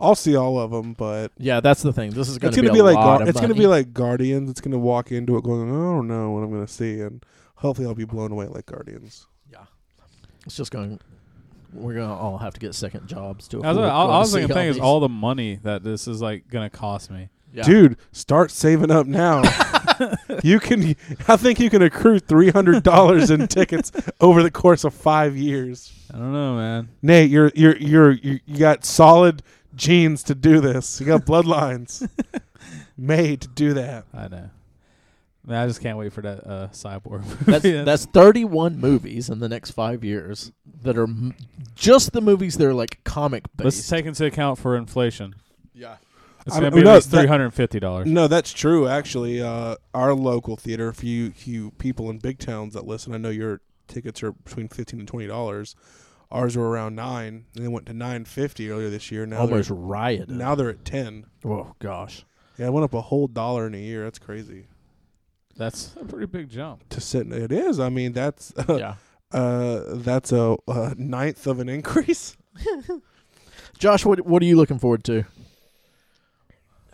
I'll see all of them, but Yeah, that's the thing. This is going it's to gonna be, be, a like lot Gar- of it's gonna money. be like Guardians. It's gonna walk into it going, I don't know what I'm gonna see, and hopefully I'll be blown away like Guardians. It's just going. We're going to all have to get second jobs to. I was, I, afford- I was see thinking, thing is these. all the money that this is like gonna cost me. Yeah. Dude, start saving up now. you can. I think you can accrue three hundred dollars in tickets over the course of five years. I don't know, man. Nate, you're you're you're you, you got solid genes to do this. You got bloodlines made to do that. I know. Man, I just can't wait for that uh, cyborg. That's, movie. that's 31 movies in the next five years that are m- just the movies that are like comic Let's based. take into account for inflation. yeah. It's I gonna mean, be no, at least that- three hundred and fifty dollars. No, that's true. Actually, uh, our local theater, for you, you people in big towns that listen, I know your tickets are between fifteen and twenty dollars. Ours were around nine, and they went to nine fifty earlier this year. Now Almost they're, rioted. now they're at ten. oh gosh. Yeah, it went up a whole dollar in a year. That's crazy. That's a pretty big jump. To sit, in- it is. I mean, that's Yeah. uh, that's a, uh ninth of an increase. Josh, what what are you looking forward to?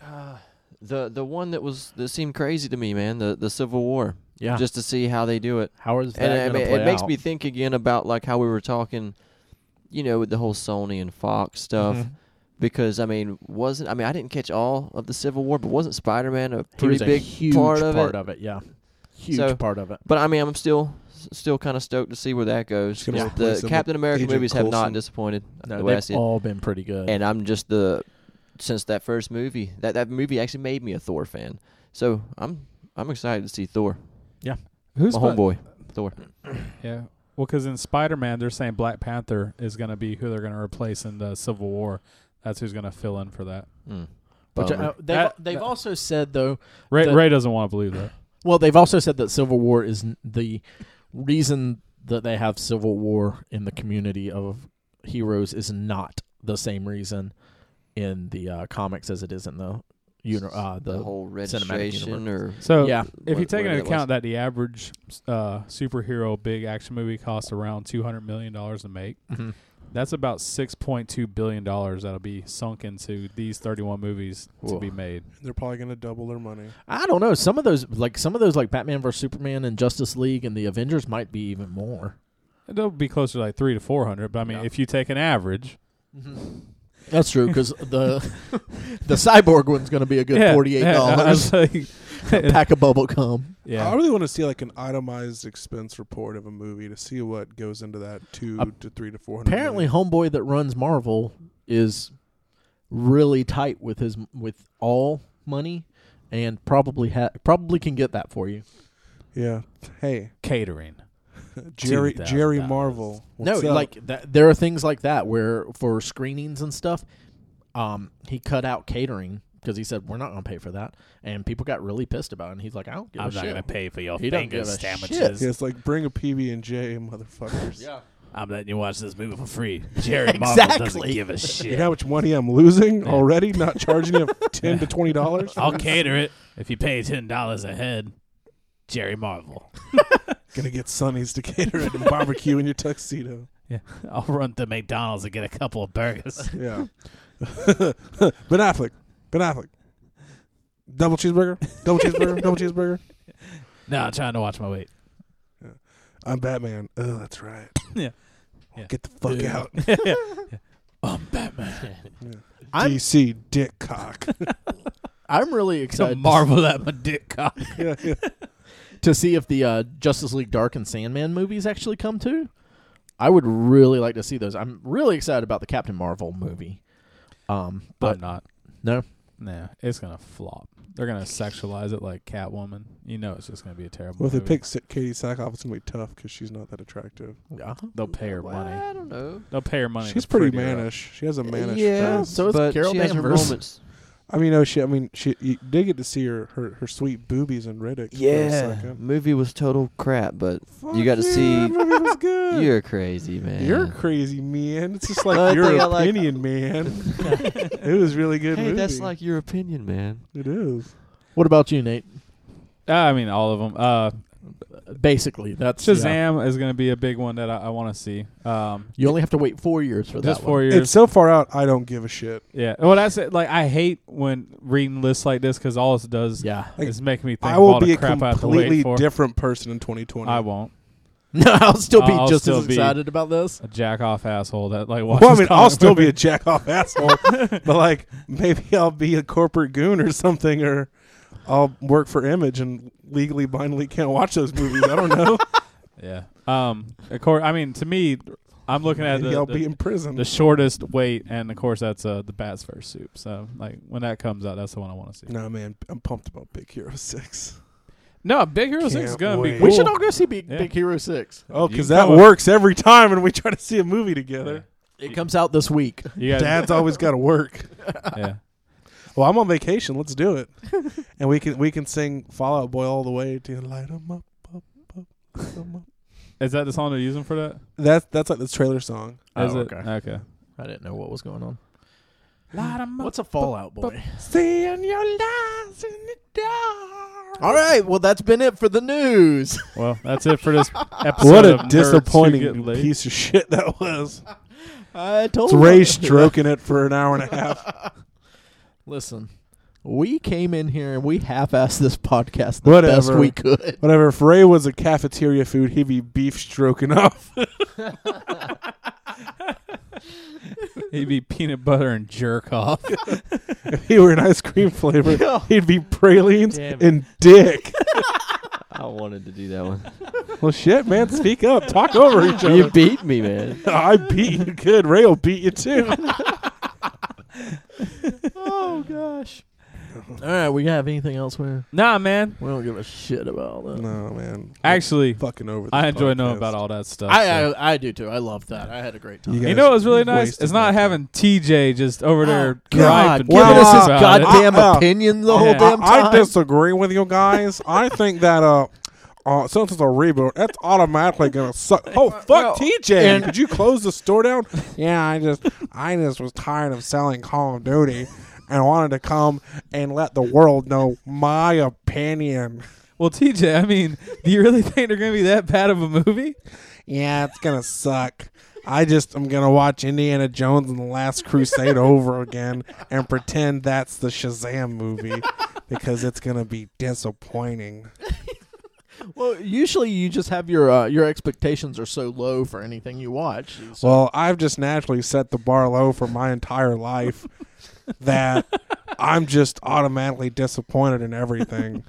Uh, the the one that was that seemed crazy to me, man. The the Civil War, Yeah. just to see how they do it. how is that and I going mean, to play it makes out? me think again about like how we were talking, you know, with the whole Sony and Fox stuff. Mhm. Because I mean, wasn't I mean I didn't catch all of the Civil War, but wasn't Spider Man a He was pretty a big huge part of it? Yeah. Huge So- part of it. But I mean, I'm still still kind of stoked to see where that goes. Just gonna 'cause replace The him Captain with America Agent movies have not Coulson. disappointed No, the way I they've see it. all been pretty good. and I'm just the since that first movie that that movie actually made me a Thor fan. So I'm I'm excited to see Thor, Who's my homeboy. Yeah. Well, because in Spider Man, they're saying Black Panther is going to be who they're going to replace in the Civil War. That's who's going to fill in for that. Mm. Which, Bummer. uh, they've That- they've that- also said though. Ray, The- Ray doesn't want to believe that. Well, they've also said that Civil War is n- the reason that they have Civil War in the community of heroes is not the same reason in the uh, comics as it is in the you know uh, the, the, whole cinematic registration or So yeah if you what- take whatever into that account that the average uh, superhero big action movie costs around two hundred million dollars to make, Mhm. that's about six point two billion dollars that'll be sunk into these thirty-one movies Whoa. to be made. They're probably gonna double their money. I don't know. Some of those like some of those like Batman vs Superman and Justice League and the Avengers might be even more. It'll be closer to like three to four hundred. But I mean, Yeah. if you take an average, That's true because the the cyborg one's going to be a good Yeah, forty eight yeah, I was dollars. like- pack of bubble gum. I yeah. really want to see like an itemized expense report of a movie to see what goes into that two Uh, to three to four hundred. Apparently, homeboy that runs Marvel is really tight with his with all money, and probably ha- probably can get that for you. million. yeah. Hey, catering. Jerry Jerry $2,000. Marvel. no, What's up? like that, there are things like that where for screenings and stuff, um, he cut out catering because he said we're not going to pay for that, and people got really pissed about it. And he's like, I don't give a I'm shit. not gonna pay for your He don't finger give a shit. sandwiches. Yeah, it's like bring a PB and J, motherfuckers. Yeah. I'm letting you watch this movie for free. Jerry Marvel doesn't Exactly. give a You shit. know how much money I'm losing already? Not charging you ten to twenty dollars. I'll cater it if you pay ten dollars a head. Jerry Marvel. Gonna get Sonny's to cater it and barbecue in your tuxedo. Yeah, I'll run to McDonald's and get a couple of burgers. Yeah. ben Affleck. Ben Affleck. Double cheeseburger. Double cheeseburger. double cheeseburger. no, I'm trying to watch my weight. I'm Batman. Oh, that's right. Yeah. Yeah. Get the fuck out. I'm Batman. I'm DC dick cock. I'm really excited to Marvel at my dick cock. yeah, yeah. to see if the uh, Justice League Dark and Sandman movies actually come too. I would really like to see those. I'm really excited about the Captain Marvel movie. Um, but I'm not. no, Nah, it's gonna flop. They're gonna sexualize it like Catwoman. You know, it's just gonna be a terrible. Well, if they movie. pick Sa- Katie Sackhoff, it's gonna be tough because she's not that attractive. they'll pay her Well, money. I don't know. They'll pay her money. she's to pretty pretty her up. mannish. She has a mannish uh, yeah, face. So is but Carol she has her Danvers. moments. I mean, no, she. I mean, she. You did get to see her her, her sweet boobies in Riddick. For a Yeah, second. movie was total crap, but Fuck You got to yeah, see- That movie was good. you're crazy, man. You're crazy, man. It's just Another like your thing I like- opinion, man. it was a really good. hey, movie. that's like your opinion, man. it is. What about you, Nate? Ah, I mean, all of them. Uh, Basically, that's yeah. Shazam is gonna be a big one that I, I want to see. Um, You only have to wait four years for just that. four one. years. It's so far out. I don't give a shit. yeah. Well, that's it. Like, I hate when reading lists like this because all it does Yeah. Like, is make me think. I of will all be the a crap I have to wait completely for. different person in 2020. I won't. No, I'll still be I'll just still as be- excited about this. A jack off asshole that like watches. well, I mean, I'll comic still be a movies. jack off asshole, but like maybe I'll be a corporate goon or something, or I'll work for Image and legally blindly can't watch those movies. I don't know. yeah. Um. Of course. I mean, to me, I'm looking at maybe the, I'll the- be in prison. the shortest wait, and of course that's uh, the Bat's first soup. So like when that comes out, that's the one I want to see. no man, I'm pumped about Big Hero Six. No, Big Hero Six is Can't gonna be wait. cool. We should all go see Big, Yeah. Big Hero Six. Oh, You because can that come up- works every time, and we try to see a movie together. It comes out this week. You guys, Dad's always got to work. yeah. Well, I'm on vacation. Let's do it, and we can we can sing Fallout Boy all the way to light 'em up, up, up, light 'em up. Is that the song they're using for that? Is That's that's like this trailer song. Oh, it? okay. Okay. I didn't know what was going on. Light 'em up. What's a Fallout Boy? Seeing your lies in the dark. All right, well that's been it for the news. Well, that's it for this episode. What of Nerds Who a Get disappointing Laid. piece of shit that was. I told It's Ray stroking it for an hour and a half. Listen, we came in here and we half-assed this podcast the best Whatever. we could. Whatever. If Ray was a cafeteria food, he'd be beef stroking off. He'd be peanut butter and jerk off. if he were an ice cream flavor, he'd be pralines Damn it. and dick. I wanted to do that one. well, shit, man. Speak up. Talk over each other. you beat me, man. I beat you good. Ray will beat you too. oh gosh. All right, we have anything else where nah, man. we don't give a shit about all that? no, man. Actually, fucking over. I enjoy knowing about all that stuff. I, so. I I do too. I love that. I had a great time. You You guys know what's really wasted nice? It's not my time. having TJ just over there Oh, God, griping. giving Wow. us his about it. goddamn Uh, uh, opinion the whole yeah. damn I, I time. disagree with you guys. I think that uh, uh since it's a reboot, that's automatically gonna suck. Oh fuck, uh, Well, TJ, and- could you close the store down? yeah, I just, I just was tired of selling Call of Duty. And wanted to come and let the world know my opinion. Well, TJ, I mean, do you really think they're going to be that bad of a movie? Yeah, it's gonna suck. I just am gonna watch Indiana Jones and the Last Crusade over again and pretend that's the Shazam movie because it's gonna be disappointing. well, usually you just have your uh, your expectations are so low for anything you watch. So- Well, I've just naturally set the bar low for my entire life that I'm just automatically disappointed in everything.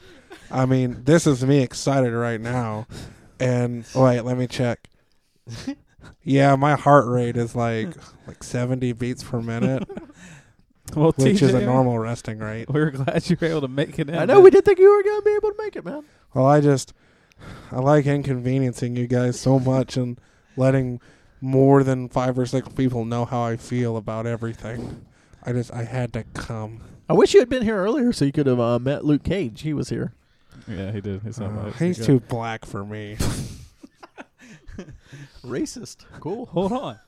I mean, this is me excited right now. And wait, let me check. Yeah, my heart rate is like like 70 beats per minute, Well, which TJ, is a normal resting rate. we were glad you were able to make it in. I know we didn't think you were gonna be able to make it, man. Well, I just I like inconveniencing you guys so much and letting more than five or six people know how I feel about everything. I just I had to come. I wish you had been here earlier so you could have uh, met Luke Cage. He was here. Yeah, he did. He's, not Uh, much. he's too black for me. Racist. Cool. Hold on.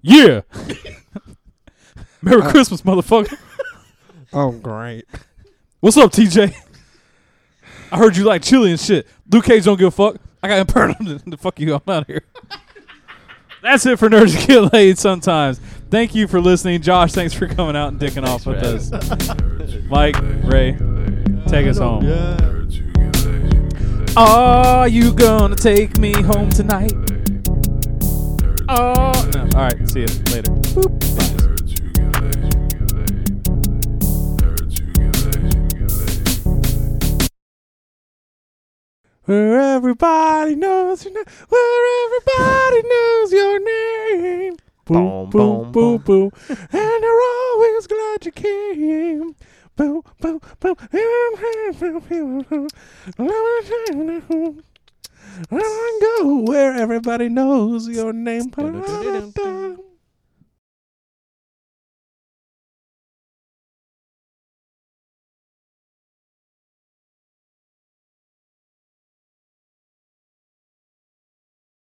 yeah. Uh, Merry Christmas, motherfucker. oh great. What's up, TJ? I heard you like chili and shit. Luke Cage don't give a fuck. I got impertinent to fuck you. I'm out here. That's it for Nerds Who Get Laid sometimes. Thank you for listening. Josh, thanks for coming out and dicking off with us. Mike, Ray, take us home. Are you gonna take me home tonight? Oh, no. All right, see you later. Where everybody knows your name. Where everybody knows your name. Boo, Boom, boo, boom, boo, boo. And they're all always glad you came. Boo, boo, boo. I go where everybody knows your name.